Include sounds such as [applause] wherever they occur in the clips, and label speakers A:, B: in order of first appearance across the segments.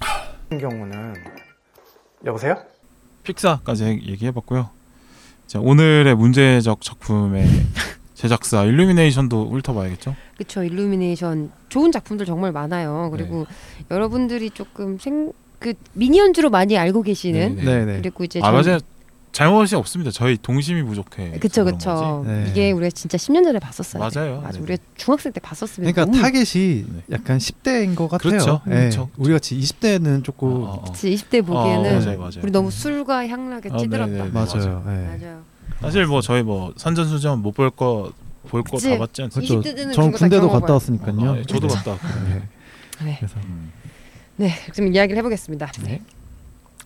A: 같은 경우는 여보세요?
B: 픽사까지 얘기- 얘기해봤고요. 자 오늘의 문제적
C: [laughs]
B: 작품의 제작사 일루미네이션도 훑어봐야겠죠.
C: 그쵸 일루미네이션 좋은 작품들 정말 많아요. 그리고
B: 네.
C: 여러분들이 조금 생 그 미니언즈로 많이 알고 계시는
D: 네. 네네.
C: 그리고 이제
B: 아
C: 전-
B: 맞아요. 잘못이 없습니다. 저희 동심이 부족해.
C: 그쵸
B: 그런
C: 그쵸
D: 거지. 네.
C: 이게 우리가 진짜 10년 전에 봤었어요.
B: 맞아요.
C: 맞아
B: 네네.
C: 우리가 중학생 때 봤었으면
D: 그러니까
C: 너무
D: 타겟이
B: 네.
D: 약간 10대인 것 같아요.
B: 그렇죠.
D: 예.
B: 그렇죠.
D: 우리 같이 20대는
B: 거지.
D: 조금
B: 어, 어, 어.
C: 그치, 20대 보기에는
B: 어, 맞아요, 맞아요.
C: 우리 너무 술과 향락에
B: 아,
C: 찌들었다.
B: 네네.
D: 맞아요. 예.
C: 맞아요.
B: 사실 뭐 저희 뭐 산전수전 못 볼 거 볼 거
C: 그치.
B: 다 봤지 않습니까?
D: 그렇죠.
C: 20대 때는
D: 전
C: 그거 다
D: 군대도
C: 경험한
D: 갔다 왔으니까요.
B: 아, 저도 봤다.
D: 네.
C: 네.
D: 그래서
B: 음.
C: 네, 그럼 이야기를 해보겠습니다.
B: 네.
C: 여-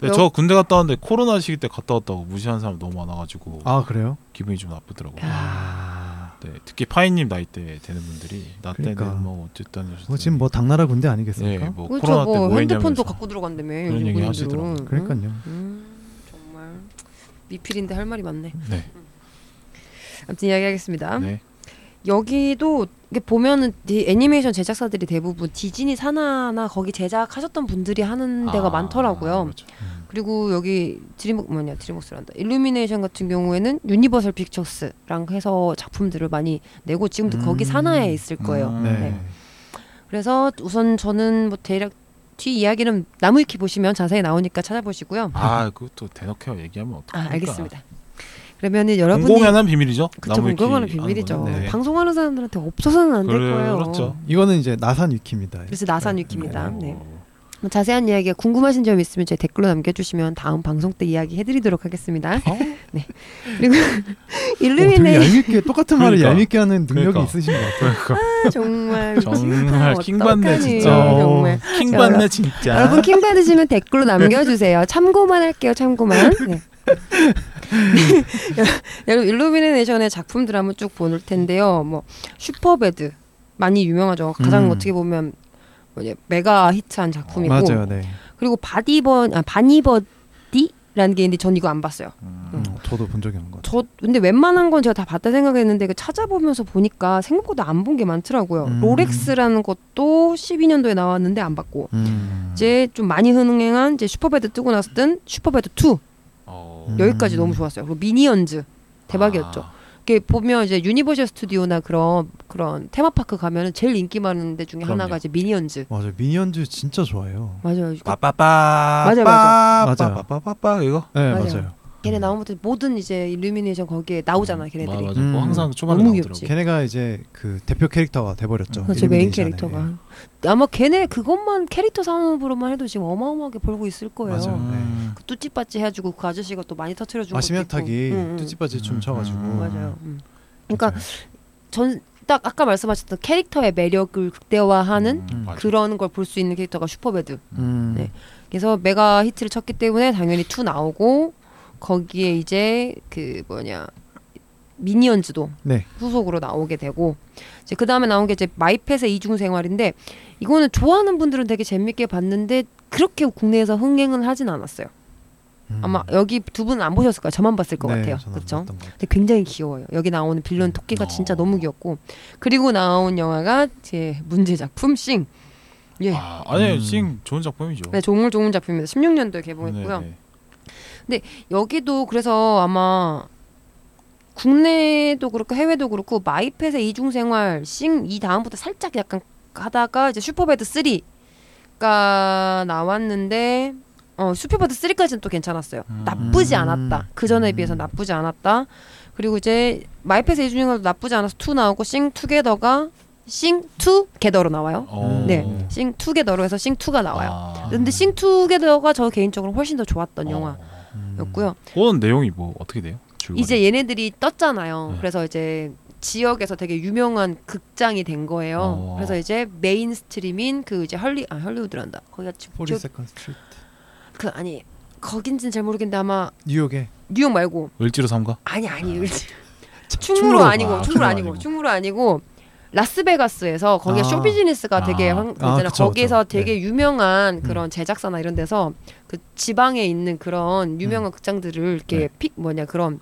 B: 근데 저 군대 갔다 왔는데 코로나 시기 때 갔다 왔다고 무시한 사람 너무 많아가지고
D: 아 그래요?
B: 기분이 좀 나쁘더라고요.
D: 아,
B: 네, 특히 파이님 나이 때 되는 분들이 나
D: 그러니까.
B: 때는 뭐 어쨌든
D: 뭐 지금 뭐 당나라 군대 아니겠습니까?
B: 네, 뭐
C: 그렇죠.
B: 코로나
C: 뭐
B: 때뭐
C: 핸드폰도
B: 했냐면서
C: 갖고 들어간다며
B: 그런
C: 요즘
B: 얘기
C: 군인들은.
B: 하시더라고요.
D: 그러니까요.
C: 음, 정말 미필인데 할 말이 많네.
B: 네.
C: 아무튼 이야기하겠습니다.
B: 네.
C: 여기도 이게 보면은 디- 애니메이션 제작사들이 대부분 디즈니 산하나 거기 제작하셨던 분들이 하는 데가
B: 아,
C: 음, 많더라고요.
B: 그렇죠. 음.
C: 그리고 여기 드림웍 뭐냐 드림웍스란다 일루미네이션 같은 경우에는 유니버설 픽처스랑 해서 작품들을 많이 내고 지금도 거기
D: 음.
C: 산하에 있을 거예요.
B: 음.
D: 네.
C: 네. 그래서 우선 저는 뭐 대략 뒤 이야기는 나무위키 보시면 자세히 나오니까 찾아보시고요.
B: 아, 그것도 대놓고 얘기하면
C: 아,
B: 어떡합니까?
C: 알겠습니다. 그러면은 여러분이
B: 공공연한 비밀이죠.
C: 그쵸 공공연한 비밀이죠.
D: 거는? 네.
C: 방송하는 사람들한테 없어서는 안 될 거예요.
B: 그렇죠.
D: 이거는 이제 나산 위키입니다. 어?
C: 그래서 나산 위키입니다.
B: 어,
C: 네. 뭐 자세한 이야기가 궁금하신 점 있으면 제 댓글로 남겨주시면 다음 방송 때 이야기
B: [laughs]
C: 해드리도록 하겠습니다.
B: 어,
C: 네. 그리고
D: 오, 되게
C: 일루미네
D: 얄밉게 똑같은 말을
B: 그러니까.
D: 얄밉게 하는 능력이
B: 그러니까.
D: 있으신 것 같아요.
B: 그러니까
C: 정말
B: [laughs] 정말
C: 미친다.
B: 킹받네
C: 어떡하니,
B: 진짜.
C: 정말.
B: 킹 받네 진짜.
C: 여러분 킹 받으시면 댓글로 남겨주세요. 참고만 할게요. 참고만.
B: [laughs]
C: 네. [laughs] 여러분 일루미네이션의 작품들 한번 쭉 보는 텐데요. 뭐 슈퍼배드 많이 유명하죠. 가장
D: 음.
C: 어떻게 보면 뭐냐, 메가 히트한 작품이고
D: 맞아요. 네.
C: 그리고 바디번 아 바니버디라는 게 있는데 전 이거 안 봤어요.
D: 음,
B: 음.
D: 저도 본 적이 없는 것 같아요.
C: 저 근데 웬만한 건 제가 다 봤다 생각했는데 그 찾아보면서 보니까 생각보다 안 본 게 많더라고요.
D: 음.
C: 롤렉스라는 것도 12년도에 나왔는데 안 봤고
D: 음.
C: 이제 좀 많이 흥행한 이제 슈퍼배드 뜨고 나서 뜬 슈퍼배드 2
B: 어.
C: 여기까지
D: 음.
C: 너무 좋았어요. 그리고 미니언즈 대박이었죠.
B: 아,
C: 이게 보면 이제 유니버셜 스튜디오나 그런 그런 테마파크 가면은 제일 인기 많은 데 중에
B: 그럼요.
C: 하나가 이제 미니언즈.
D: 맞아 요 미니언즈 진짜 좋아해요.
C: 맞아요.
B: 빠빠빠.
C: 맞아요,
D: 맞아요. 맞아요.
B: 빠빠빠빠 이거.
D: 네
C: 맞아요.
D: 맞아요.
C: 걔네 나오면부터 모든 이제 일루미네이션 거기에 나오잖아 걔네들이.
B: 맞아, 맞아.
D: 음.
B: 뭐 항상 초반에
C: 너무
B: 나오더라고.
C: 귀엽지.
D: 걔네가 이제 그 대표 캐릭터가 돼버렸죠. 예.
C: 그렇죠 메인
D: 어, 일루미네이션의.
C: 캐릭터가 아마 걔네 그것만 캐릭터 산업으로만 해도 지금 어마어마하게 벌고 있을 거예요.
D: 맞아요.
B: 음.
C: 그 뚜찌빠찌 해가지고 그 아저씨가 또 많이 터트려 준
D: 아
C: 것도
D: 심연탁이
C: 있고. 응, 응.
D: 뚜찌빠지
B: 음,
D: 춤춰가지고
B: 음.
C: 맞아요. 음. 그러니까 전 딱 아까 말씀하셨던 캐릭터의 매력을 극대화하는
B: 음, 맞아.
C: 그런 걸 볼 수 있는 캐릭터가 슈퍼배드.
D: 음.
C: 네. 그래서 메가 히트를 쳤기 때문에 당연히 투 나오고 거기에 이제 그 뭐냐 미니언즈도
D: 네.
C: 후속으로 나오게 되고 이제 그 다음에 나온 게 이제 마이펫의 이중 생활인데 이거는 좋아하는 분들은 되게 재밌게 봤는데 그렇게 국내에서 흥행은 하진 않았어요.
D: 음.
C: 아마 여기 두 분은 안 보셨을 거예요. 저만 봤을 것
D: 네,
C: 같아요.
D: 저는
C: 그렇죠?
D: 봤던 것 같아요.
C: 근데 굉장히 귀여워요. 여기 나오는 빌런 토끼가
B: 어.
C: 진짜 너무 귀엽고 그리고 나온 영화가 제 문제 작품 싱. 예.
B: 아, 아니
D: 음.
B: 싱 좋은 작품이죠.
C: 네, 정말 좋은 작품입니다. 16년도에 개봉했고요.
B: 네, 네.
C: 여기도 그래서 아마 국내도 그렇고 해외도 그렇고 마이펫의 이중생활 싱이 다음부터 살짝 약간 하다가 이제 슈퍼배드 3가 나왔는데 어 슈퍼배드 3까지는 또 괜찮았어요.
B: 음.
C: 나쁘지 않았다. 그 전에 비해서 나쁘지 않았다. 그리고 이제 마이펫의 이중생활도 나쁘지 않아서 2 나오고 싱 투게더가 싱 투게더로 나와요.
B: 어.
C: 네. 싱 투게더로 해서 싱 2가 나와요.
B: 아. 어.
C: 근데 싱 투게더가 저 개인적으로 훨씬 더 좋았던 영화였고요.
D: 음.
B: 그건 내용이 뭐 어떻게 돼요? 줄거리.
C: 이제 얘네들이 떴잖아요.
B: 네.
C: 그래서 이제 지역에서 되게 유명한 극장이 된 거예요.
B: 어.
C: 그래서 이제 메인스트림인 그 이제 헐리 아 헐리우드란다. 거기가 지금
D: 40 Second Street
C: 그 아니 거긴지는 잘 모르겠는데 아마
D: 뉴욕에
C: 뉴욕 말고
B: 을지로 삼가?
C: 아니 아니 [laughs] 충무로
D: 충무로가.
C: 아니고 충무로 아니고 충무로 아니고 라스베가스에서 거기
D: 아.
C: 가 쇼비즈니스가
B: 아.
C: 되게 황,
D: 아,
C: 있잖아. 네.
D: 그쵸,
C: 거기서
D: 그쵸.
C: 되게 유명한 그런 제작사나 이런 음. 데서 그 지방에 있는 그런 유명한 극장들을 이렇게
D: 네.
C: 픽 뭐냐 그런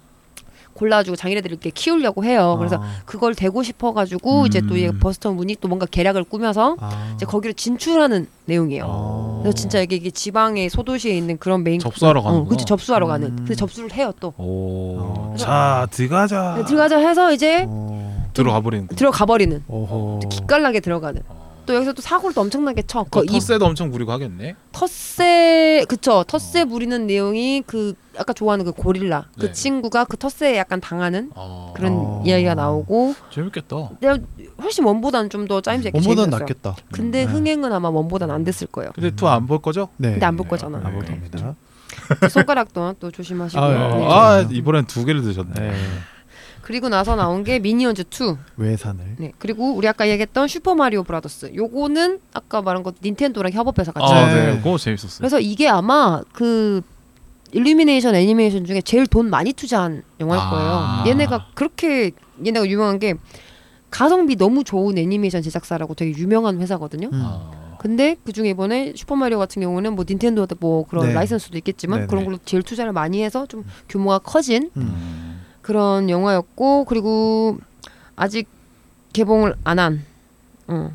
C: 골라주고 자기네들 이렇게 키우려고 해요. 어, 그래서
D: 아,
C: 그걸 되고 싶어가지고 이제 또 얘
B: 음.
C: 버스턴 문이 또 뭔가 계략을 꾸며서
D: 아.
C: 이제 거기로 진출하는 내용이에요.
D: 어.
C: 그래서 진짜 이게, 이게 지방의 소도시에 있는 그런 메인
B: 접수하러 가는
C: 어, 그치 접수하러 가는.
D: 음.
C: 근데 접수를 해요 또.
B: 오.
D: 어.
B: 자 들어가자.
C: 네, 들어가자 해서 이제
D: 어.
B: 들어가 버리는.
C: 들어가 버리는.
D: 어허.
C: 기깔나게 들어가는. 또 여기서 또 사고를 또 엄청나게 쳐. 그 이-
B: 터세도 엄청 부리고 하겠네.
C: 텃세 그쵸 텃세 부리는 내용이 그 아까 좋아하는 그 고릴라 그
B: 네.
C: 친구가 그 텃세에 약간 당하는
B: 아.
C: 그런
D: 어.
C: 이야기가 나오고
B: 재밌겠다.
C: 근데 훨씬 원보다는 좀 더 짜임새 있게
D: 원보다는
C: 재밌었어요.
D: 낫겠다.
C: 근데
D: 네.
C: 흥행은 아마 원보다는 안 됐을 거예요.
B: 근데
D: 음.
B: 투 안 볼 거죠?
D: 네.
C: 근데 안 볼
B: 네,
C: 거잖아.
B: 안 볼
C: 네.
D: 나봅니다.
C: 손가락도 또 조심하시고.
D: 아, 예.
C: 네.
B: 아, 아, 이번엔 두 개를 드셨네.
D: 네.
C: 그리고 나서 나온 게 미니언즈 2.
D: 외산을.
C: 네. 그리고 우리 아까 얘기했던 슈퍼 마리오 브라더스. 요거는 아까 말한 것 닌텐도랑 협업해서 같이.
B: 아,
D: 네.
B: 네. 그거 재밌었어요.
C: 그래서 이게 아마 그 일루미네이션 애니메이션 중에 제일 돈 많이 투자한 영화일 거예요.
B: 아.
C: 얘네가 그렇게 얘네가 유명한 게 가성비 너무 좋은 애니메이션 제작사라고 되게 유명한 회사거든요.
D: 음.
B: 아.
C: 근데 그 중에 이번에 슈퍼마리오 같은 경우는 뭐 닌텐도 뭐 그런
D: 네.
C: 라이선스도 있겠지만
D: 네네.
C: 그런 걸로 제일 투자를 많이 해서 좀 규모가 커진
D: 음.
C: 그런 영화였고 그리고 아직 개봉을 안한 어,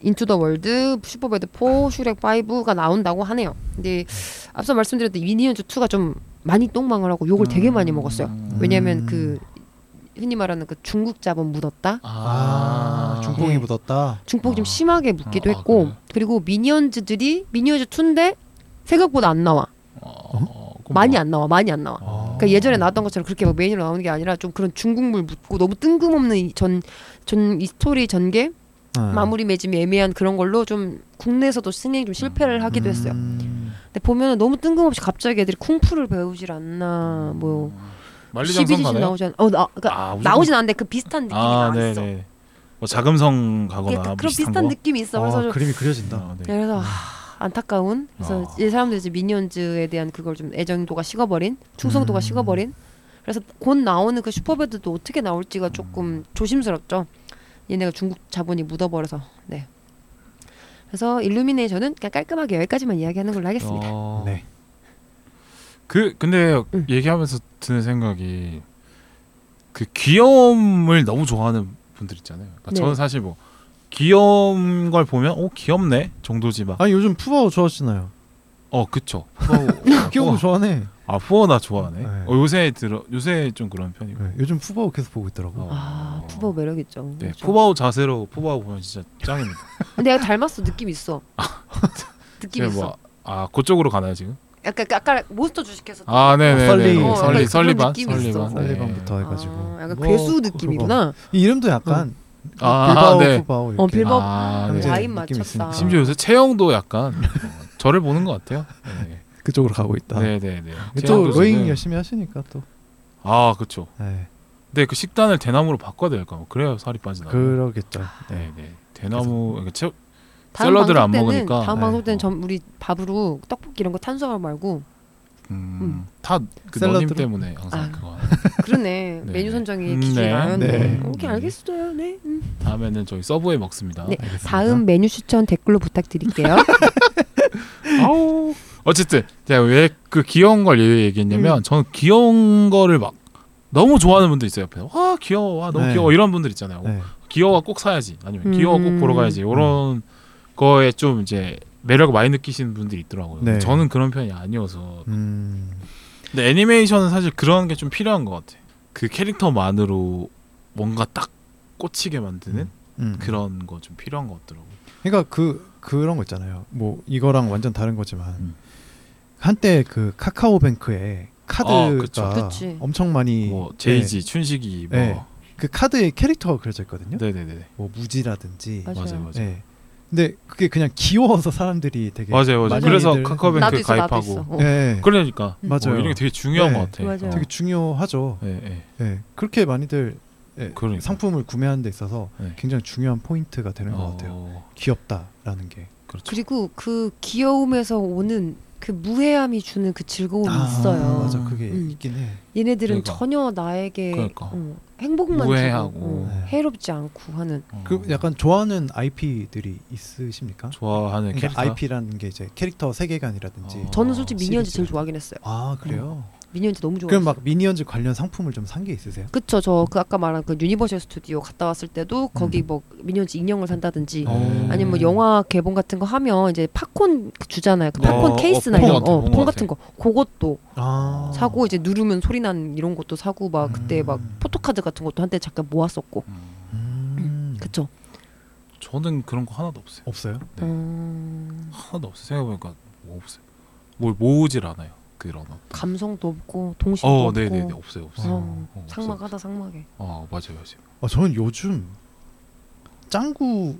C: 인투 더 월드, 슈퍼배드 4, 슈렉 5가 나온다고 하네요. 근데 앞서 말씀드렸던 미니언즈 2가 좀 많이 똥망을 하고 욕을 되게 많이 먹었어요. 왜냐하면
D: 음.
C: 그 흔히 말하는 그 중국 자본 묻었다.
D: 아, 중공이
C: 네.
D: 묻었다.
C: 중폭 좀
B: 아.
C: 심하게 묻기도
B: 아, 아,
C: 했고
B: 그래요?
C: 그리고 미니언즈들이 미니언즈 2인데 생각보다 안 나와.
B: 어,
C: 많이
B: 뭐?
C: 안 나와. 많이 안 나와.
B: 아.
C: 그러니까 예전에 나왔던 것처럼 그렇게 막 메인으로 나오는 게 아니라 좀 그런 중국물 묻고 너무 뜬금없는 이 전, 전 이 스토리 전개
D: 음.
C: 마무리 맺음이 애매한 그런 걸로 좀 국내에서도 승행 좀 실패를 하기도 했어요.
D: 음.
C: 근데 보면은 너무 뜬금없이 갑자기 애들이 쿵푸를 배우질 않나 뭐
B: 음. 만리장성
C: 12지심
B: 가나요?
C: 나오지 않, 어 나, 그러니까
B: 아, 무조건-
C: 나오진 않는데 그 비슷한 느낌이
B: 아,
C: 나왔어.
B: 네네. 뭐 자금성
C: 그게
B: 가거나
C: 그- 그런
B: 비슷한,
C: 비슷한
B: 거?
C: 느낌이 있어. 그래서
D: 아,
C: 좀
D: 그림이 그려진다.
B: 아, 네.
C: 그래서 하, 안타까운 그래서
B: 아.
C: 이 사람들 이제 미니언즈에 대한 그걸 좀 애정도가 식어버린
D: 음.
C: 충성도가 식어버린 그래서 곧 나오는 그 슈퍼배드도 어떻게 나올지가 조금 조심스럽죠 얘네가 중국 자본이 묻어버려서 네 그래서 일루미네이션은 그냥 깔끔하게 여기까지만 이야기하는 걸로 하겠습니다
B: 어,
D: 네.
B: 그 근데
C: 응.
B: 얘기하면서 드는 생각이 그 귀여움을 너무 좋아하는 분들 있잖아요. 그러니까
C: 네.
B: 저는 사실 뭐 귀여운 걸 보면 오 귀엽네 정도지만
D: 아니 요즘 푸바오 좋아하시나요?
B: 어 그쵸.
D: 뭐,
B: [laughs]
D: 귀여운 거 좋아하네.
B: 아 후어나 좋아하네.
D: 네.
B: 어, 요새 들어 요새 좀 그런 편이고.
D: 네, 요즘 푸바오 계속 보고 있더라고.
B: 어.
C: 아 푸보 매력 있죠
B: 네,
C: 그렇죠.
B: 포바오 자세로 포바오 보면 진짜 짱입니다.
C: 근데 내가 닮았어
B: [laughs]
C: 느낌 있어 느낌
B: 아. 제가
C: 있어
B: 뭐, 아 그쪽으로 가나요 지금?
C: 약간 아까 몬스터 주식회사
B: 아 네네
D: 설리.
B: 네.
D: 어,
B: 설리
C: 약간
B: 설리반
C: 그런 느낌이 있어.
B: 설리반
D: 설리반부터 아, 해가지고
C: 아, 약간
D: 뭐,
C: 괴수
D: 그거.
C: 느낌이구나
D: 이 이름도 약간
B: 아,
D: 빌바오
B: 네.
D: 푸바오 이렇게.
C: 어, 빌바오
B: 아,
D: 형제
B: 네.
C: 라인
D: 느낌이
C: 맞췄다.
D: 있으니까.
B: 심지어 요새 채영도 약간 어, 저를 보는 것 같아요. 네.
D: 그쪽으로 가고 있다.
B: 네네네.
D: 또
B: 채영도
D: 로잉
B: 저는-
D: 열심히 하시니까 또.
B: 아 그렇죠.
D: 네.
B: 근데 그 식단을 대나무로 바꿔야 될까? 뭐 그래야 살이 빠지나.
D: 그러겠죠.
B: 아,
D: 네.
B: 네네. 대나무 그러니까 채...
C: 다음
B: 샐러드를 안
C: 방송 때는-
B: 먹으니까. 어.
C: 다음
D: 네.
C: 방송 때는 전 우리 밥으로 떡볶이 이런 거 탄수화물 말고
B: 음,
C: 음.
B: 다그 너님
D: 샐러드로?
B: 때문에 항상
C: 아.
B: 그거.
C: 그러네
B: [laughs] 네.
C: 메뉴 선정이
B: 음,
C: 기준이
B: 네.
C: 나였네
D: 네.
C: 오케이 알겠어요 네 음.
B: 다음에는 저희 서브에 먹습니다.
C: 네.
D: 알겠습니다.
C: 다음 메뉴 추천 댓글로 부탁드릴게요
B: [laughs] 아우. 어쨌든 제가 왜 그 귀여운 걸 얘기했냐면
C: 음.
B: 저는 귀여운 거를 막 너무 좋아하는 분들 있어요 옆에 와 귀여워 와 너무
D: 네.
B: 귀여워 이런 분들 있잖아요
D: 네.
B: 귀여워 꼭 사야지 아니면 귀여워
C: 음.
B: 꼭 보러 가야지 이런 거에 좀 이제 매력을 많이 느끼시는 분들이 있더라고요
D: 네.
B: 저는 그런 편이 아니어서
D: 음.
B: 근데 애니메이션은 사실 그런 게 좀 필요한 것 같아 그 캐릭터만으로 뭔가 딱 꽂히게 만드는
D: 음.
B: 그런 거 좀 필요한 것 같더라고요
D: 그러니까 그 그런 거 있잖아요. 뭐 이거랑 완전 다른 거지만
B: 음.
D: 한때 그 카카오뱅크에
B: 아,
D: 카드가
B: 그쵸.
C: 그치.
D: 엄청 많이
B: 뭐 제이지 춘식이 뭐
D: 네. 네, 그 카드에 캐릭터가 그려져 있거든요.
B: 네네네
D: 뭐 무지라든지.
C: 맞아요.
B: 맞아요 맞아요
D: 네. 근데 그게 그냥 귀여워서 사람들이 되게
B: 맞아요, 맞아요.
D: 많이들-
B: 그래서 카카오뱅크
C: 나도 있어 나도 있어
B: 가입하고
C: 어.
D: 네.
B: 그러니까
C: 음.
B: 뭐
D: 맞아요.
B: 이런 게 되게 중요한
D: 네.
B: 것 같아.
C: 맞아요.
B: 어.
D: 되게 중요하죠.
B: 예, 예.
D: 네. 그렇게 많이들 예,
B: 그러니까.
D: 상품을 구매하는 데 있어서
B: 네.
D: 굉장히 중요한 포인트가 되는 것
B: 어,
D: 같아요. 귀엽다라는 게.
B: 그렇죠.
C: 그리고 그 귀여움에서 오는 그 무해함이 주는 그 즐거움이 있어요
D: 맞아, 그게
C: 음.
D: 있긴 해.
C: 얘네들은
B: 그러니까.
C: 전혀 나에게
B: 그러니까.
C: 어, 행복만
B: 무해하고.
C: 주고 어,
D: 네.
C: 해롭지 않고 하는
B: 어.
D: 그 약간 좋아하는 IP들이 있으십니까?
B: 좋아하는
D: 그러니까
B: 캐릭터.
D: IP라는 게 이제 캐릭터 세계관이라든지.
B: 어.
C: 저는 솔직히 미니언즈
D: 시리즈.
C: 제일 좋아하긴 했어요
D: 아 그래요?
C: 미니언즈 너무 좋아요.
D: 그럼 막 미니언즈 관련 상품을 좀 산 게 있으세요?
C: 그쵸 저 그 아까 말한 그 유니버셜 스튜디오 갔다 왔을 때도
B: 음.
C: 거기 뭐 미니언즈 인형을 산다든지
D: 어.
C: 아니면 뭐 영화 개봉 같은 거 하면 이제 팝콘 주잖아요 그
B: 네.
C: 팝콘
B: 어, 어,
C: 케이스나
B: 폰
C: 이런
B: 같은 거,
C: 어,
B: 폰
C: 폰 같은 거 그것도
D: 아.
C: 사고 이제 누르면 소리 나는 이런 것도 사고 막 그때 막
D: 음.
C: 포토카드 같은 것도 한때 잠깐 모았었고
D: 음.
C: 그쵸
B: 저는 그런 거 하나도 없어요.
D: 없어요?
B: 네.
C: 음,
B: 하나도 없어요. 생각해보니까 뭐 없어요. 뭘 모으질 않아요. 그런 거.
C: 감성도 없고 동심도
B: 어,
C: 없고
B: 네, 네, 네, 없어요, 없어요.
C: 어,
B: 어, 없어요.
C: 상막하다 상막해
B: 어, 맞아요, 맞아요.
D: 아, 저는 요즘 짱구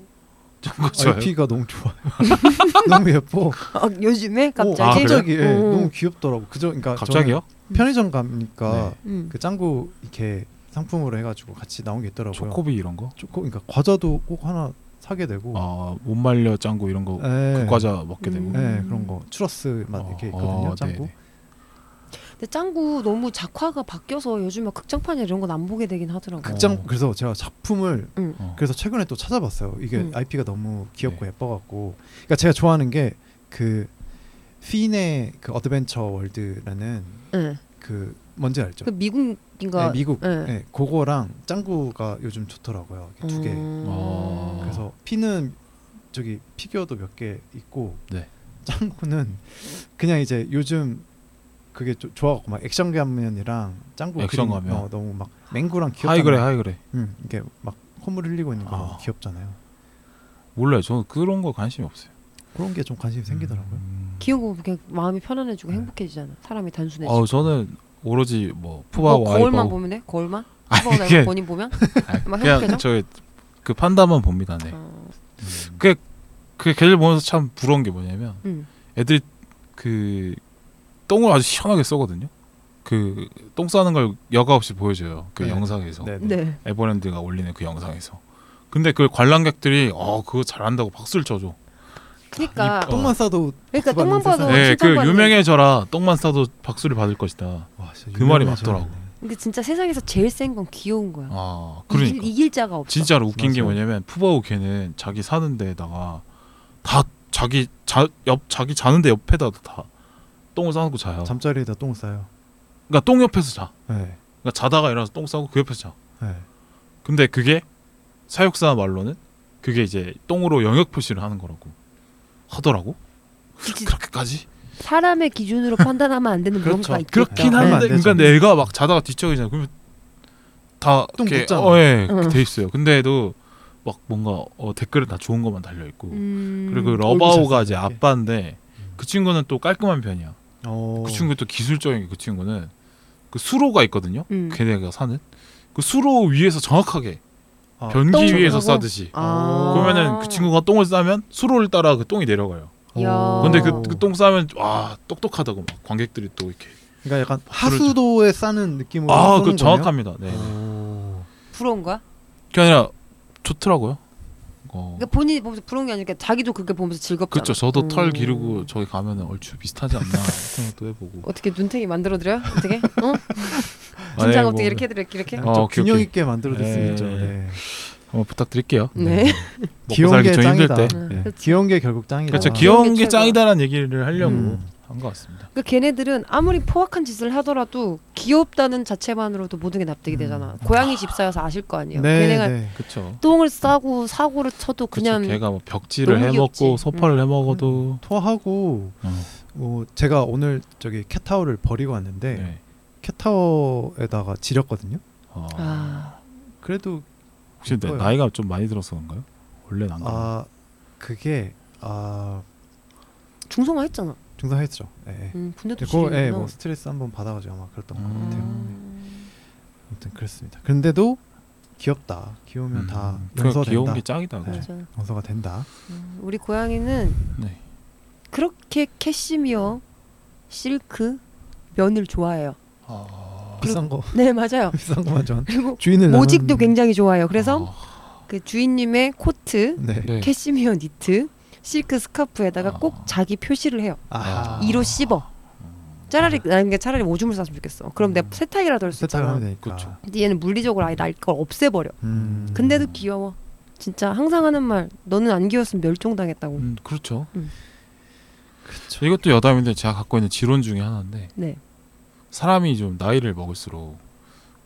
B: 그거 좋아요.
D: IP가 너무
B: [laughs]
D: 좋아요. [laughs] 너무 예뻐.
C: [laughs] 아, 요즘에 갑자기
D: 오,
B: 아, 그래요?
D: 갑자기 예,
C: 어.
D: 너무 귀엽더라고. 그저 그러니까 저는
B: 갑자기요? 네.
D: 편의점 가니까
C: 음.
D: 그 짱구 이렇게 상품으로 해가지고 같이 나온 게 있더라고요.
B: 초코비 이런 거?
D: 초코 그러니까 과자도 꼭 하나 사게 되고.
B: 아, 못 말려 짱구 이런 거.
D: 예.
B: 그 과자 먹게 되고.
C: 음.
D: 예, 그런 거 추러스 맛 네, 이렇게 있거든요.
B: 아,
D: 짱구.
B: 네네.
C: 근데 짱구 너무 작화가 바뀌어서 요즘에 극장판이나 이런 건 안 보게 되긴 하더라고
B: 극-
D: 극장
B: 어.
D: 그래서 제가 작품을
C: 음.
B: 어.
D: 그래서 최근에 또 찾아봤어요. 이게
C: 음.
D: IP가 너무
B: 네.
D: 귀엽고 예뻐갖고. 그러니까 제가 좋아하는 게 그 핀의 그 어드벤처 월드라는
C: 네.
D: 그 뭔지 알죠?
C: 그 미국인가
D: 네, 미국.
C: 네.
D: 네, 그거랑 짱구가 요즘 좋더라고요. 이렇게 두 개.
C: 음.
B: 그 아.
D: 그래서 피는 저기 피규어도 몇 개 있고
B: 네.
D: 짱구는 그냥 이제 요즘 그게 조- 좋아갖고 막 액션 가면이랑 짱구
B: 액션
D: 그림,
B: 가면.
D: 어, 너무 막 맹구랑 귀엽잖아요.
B: 하이 그래, 하이 그래.
D: 음, 이게 막 콧물 흘리고 있는 거
B: 아.
D: 너무 귀엽잖아요.
B: 몰라요. 저는 그런 거 관심이 없어요.
D: 그런 게 좀 관심이 음. 생기더라고요.
B: 음.
C: 귀여운 거 그냥 마음이 편안해지고
D: 네.
C: 행복해지잖아 사람이 단순해지고
B: 어, 저는 오로지 뭐 푸바오
C: 뭐
B: 아이바오
C: 거울만 보면 돼? 거울만?
B: 아니,
C: 푸바오
B: 그게-
C: 나
B: [laughs]
C: 본인 보면?
B: 아니,
C: 막
B: 그냥
C: 행복해져?
B: 저의 그 판단만 봅니다. 네.
C: 어,
D: 음.
B: 그게 그 걔를 보면서 참 부러운 게 뭐냐면
C: 음.
B: 애들이 그 똥을 아주 시원하게 싸거든요. 그 똥 싸는 걸 여과 없이 보여줘요. 그
D: 네.
B: 영상에서
D: 네. 네.
C: 네.
B: 에버랜드가 올리는 그 영상에서. 근데 그 관람객들이 어 그거 잘한다고 박수를 쳐줘.
C: 어, 그러니까
B: 이- 어.
D: 똥만 싸도
C: 그러니까
D: 박수 받는
C: 똥만 봐도
D: 세상.
B: 네, 그
C: 칭찬받는-
B: 유명해져라 똥만 싸도 박수를 받을 것이다.
D: 와, 진짜
B: 그 말이
D: 유명하잖아요.
B: 맞더라고.
C: 근데 진짜 세상에서 제일 센 건 귀여운 거야
B: 아 그러니까
C: 이길, 이길 자가 없어
B: 진짜로 웃긴 게
D: 맞아요.
B: 뭐냐면 푸바오 걔는 자기 사는 데에다가 다 자기 자 옆 자기 자는 데 옆에다 다 똥을 싸놓고 자요.
D: 잠자리에다 똥을 싸요.
B: 그러니까 똥 옆에서 자.
D: 네.
B: 그러니까 자다가 일어나서 똥 싸고 그 옆에서 자.
D: 네.
B: 근데 그게 사육사 말로는 그게 이제 똥으로 영역 표시를 하는 거라고 하더라고.
C: 그치.
B: 그렇게까지?
C: 사람의 기준으로 판단하면 안 되는
D: 그렇죠.
C: 무언가가 있겠다
B: 그렇긴
D: 네. 하면 안
B: 한데
D: 되죠.
B: 그러니까 내가 막 자다가 뒤척이잖아. 그러면 다
D: 똥
B: 이렇게
D: 묻잖아.
B: 어, 예,
C: 응.
B: 돼 있어요. 근데도 막 뭔가 어, 댓글에 다 좋은 것만 달려 있고.
C: 음...
B: 그리고
D: 얼굴
B: 러바오가 이제
D: 자세가 이렇게.
B: 아빠인데
D: 음.
B: 그 친구는 또 깔끔한 편이야.
D: 어.
B: 그 친구 또 기술적인 게 그 친구는 그 수로가 있거든요.
C: 음.
B: 걔네가 사는 그 수로 위에서 정확하게
D: 아,
C: 똥
B: 변기 위에서
C: 하고?
B: 싸듯이
C: 아.
B: 그러면은 그 친구가 똥을 싸면 수로를 따라 그 똥이 내려가요.
C: 야.
B: 근데
C: 어.
B: 그 똥 싸면 와 똑똑하다고 막 관객들이 또 이렇게
D: 그러니까 약간 하수도에 어, 싸는 느낌으로 쏘는
B: 아그
D: 거네요? 어.
B: 정확합니다. 네.
D: 오.
C: 부러운 거야?
B: 그게 아니라 좋더라고요. 어.
C: 그러니까 본인이 보면서 부러운 게 아니니까 자기도 그게 보면서 즐겁잖아
B: 그쵸 그렇죠. 저도 털
C: 음.
B: 기르고 저기 가면은 얼추 비슷하지 않나 생각도 해보고
C: 어떻게 눈탱이 만들어드려? 어떻게? 어?
B: 만약에
C: 진짜 걱정
B: 뭐
C: 이렇게 해드려 이렇게?
D: 좀
B: 어, 오케이,
D: 균형
B: 오케이.
D: 있게 만들어줬으면
B: 예.
D: 네. 네.
B: 한번 부탁드릴게요.
C: 네.
B: 먹고
D: 귀여운
B: 살기
D: 게
B: 좀 힘들
D: 짱이다. 음. 아.
B: 때.
C: 네.
B: 네.
D: 귀여운 게 결국 짱이다.
B: 그렇죠.
C: 귀여운
B: 귀여운
C: 게
B: 게
C: 최고.
B: 짱이다라는 얘기를 하려고
D: 음.
B: 한 것 같습니다.
C: 그 걔네들은 아무리 포악한 짓을 하더라도 귀엽다는 자체만으로도 모든 게 납득이
D: 음.
C: 되잖아. 고양이 집사여서 아실 거
D: 네,
C: 아니에요. 걔네가
D: 네.
B: 그렇죠.
C: 똥을 싸고 사고를 쳐도 그냥
B: 그냥 걔가 뭐 벽지를
C: 너무
B: 해 먹고
C: 귀엽지.
B: 소파를 해
D: 음.
B: 먹어도
D: 토하고
B: 어.
D: 어, 제가 오늘 저기 캣타워를 버리고 왔는데
B: 네.
D: 캣타워에다가 지렸거든요.
B: 어.
C: 아,
D: 그래도
B: 혹시 내
D: 예뻐요.
B: 나이가 좀 많이 들어서 그런가요? 원래는 안 그래요.
D: 아 그게 아
C: 중성화했잖아.
D: 중상했죠. 예. 예.
C: 음, 군대도
D: 그거 예, 뭐
C: 지르구나.
D: 스트레스 한번 받아가지고 아마 그랬던 것
B: 음.
D: 같아요. 네.
C: 음.
D: 아무튼 그렇습니다. 그런데도 귀엽다. 귀우면
B: 음.
D: 다
B: 그냥
D: 용서된다. 네.
B: 귀여운 게 짱이다. 그죠?
C: 맞아.
D: 용서가 된다.
C: 음, 우리 고양이는
B: 네.
C: 그렇게 캐시미어, 실크, 면을 좋아해요.
D: 비싼 거
C: 네 맞아요.
D: 비싼 거만 전 [laughs]
C: 그리고
D: 주인을
C: 모직도
D: 네, 나는-
C: 굉장히 좋아해요. 그래서
B: 아,
C: 그 주인님의 코트,
D: 네.
B: 네.
C: 캐시미어 니트, 실크 스카프에다가
B: 아.
C: 꼭 자기 표시를 해요.
D: 아, 음.
C: 이로 씹어. 차라리 나는 게 차라리 오줌을 쌌으면 좋겠어. 그럼 내가 세탁이라도 할 수
D: 세탁을
C: 있잖아.
D: 음. 하면 되니까.
B: 그쵸.
C: 근데 얘는 물리적으로 아예 날 걸 없애버려.
D: 음.
C: 근데도 귀여워. 진짜 항상 하는 말 너는 안 귀여웠으면 멸종당했다고.
B: 음, 그렇죠.
C: 음.
B: 그렇죠. 이것도 여담인데 제가 갖고 있는 지론 중에 하나인데
C: 네.
B: 사람이 좀 나이를 먹을수록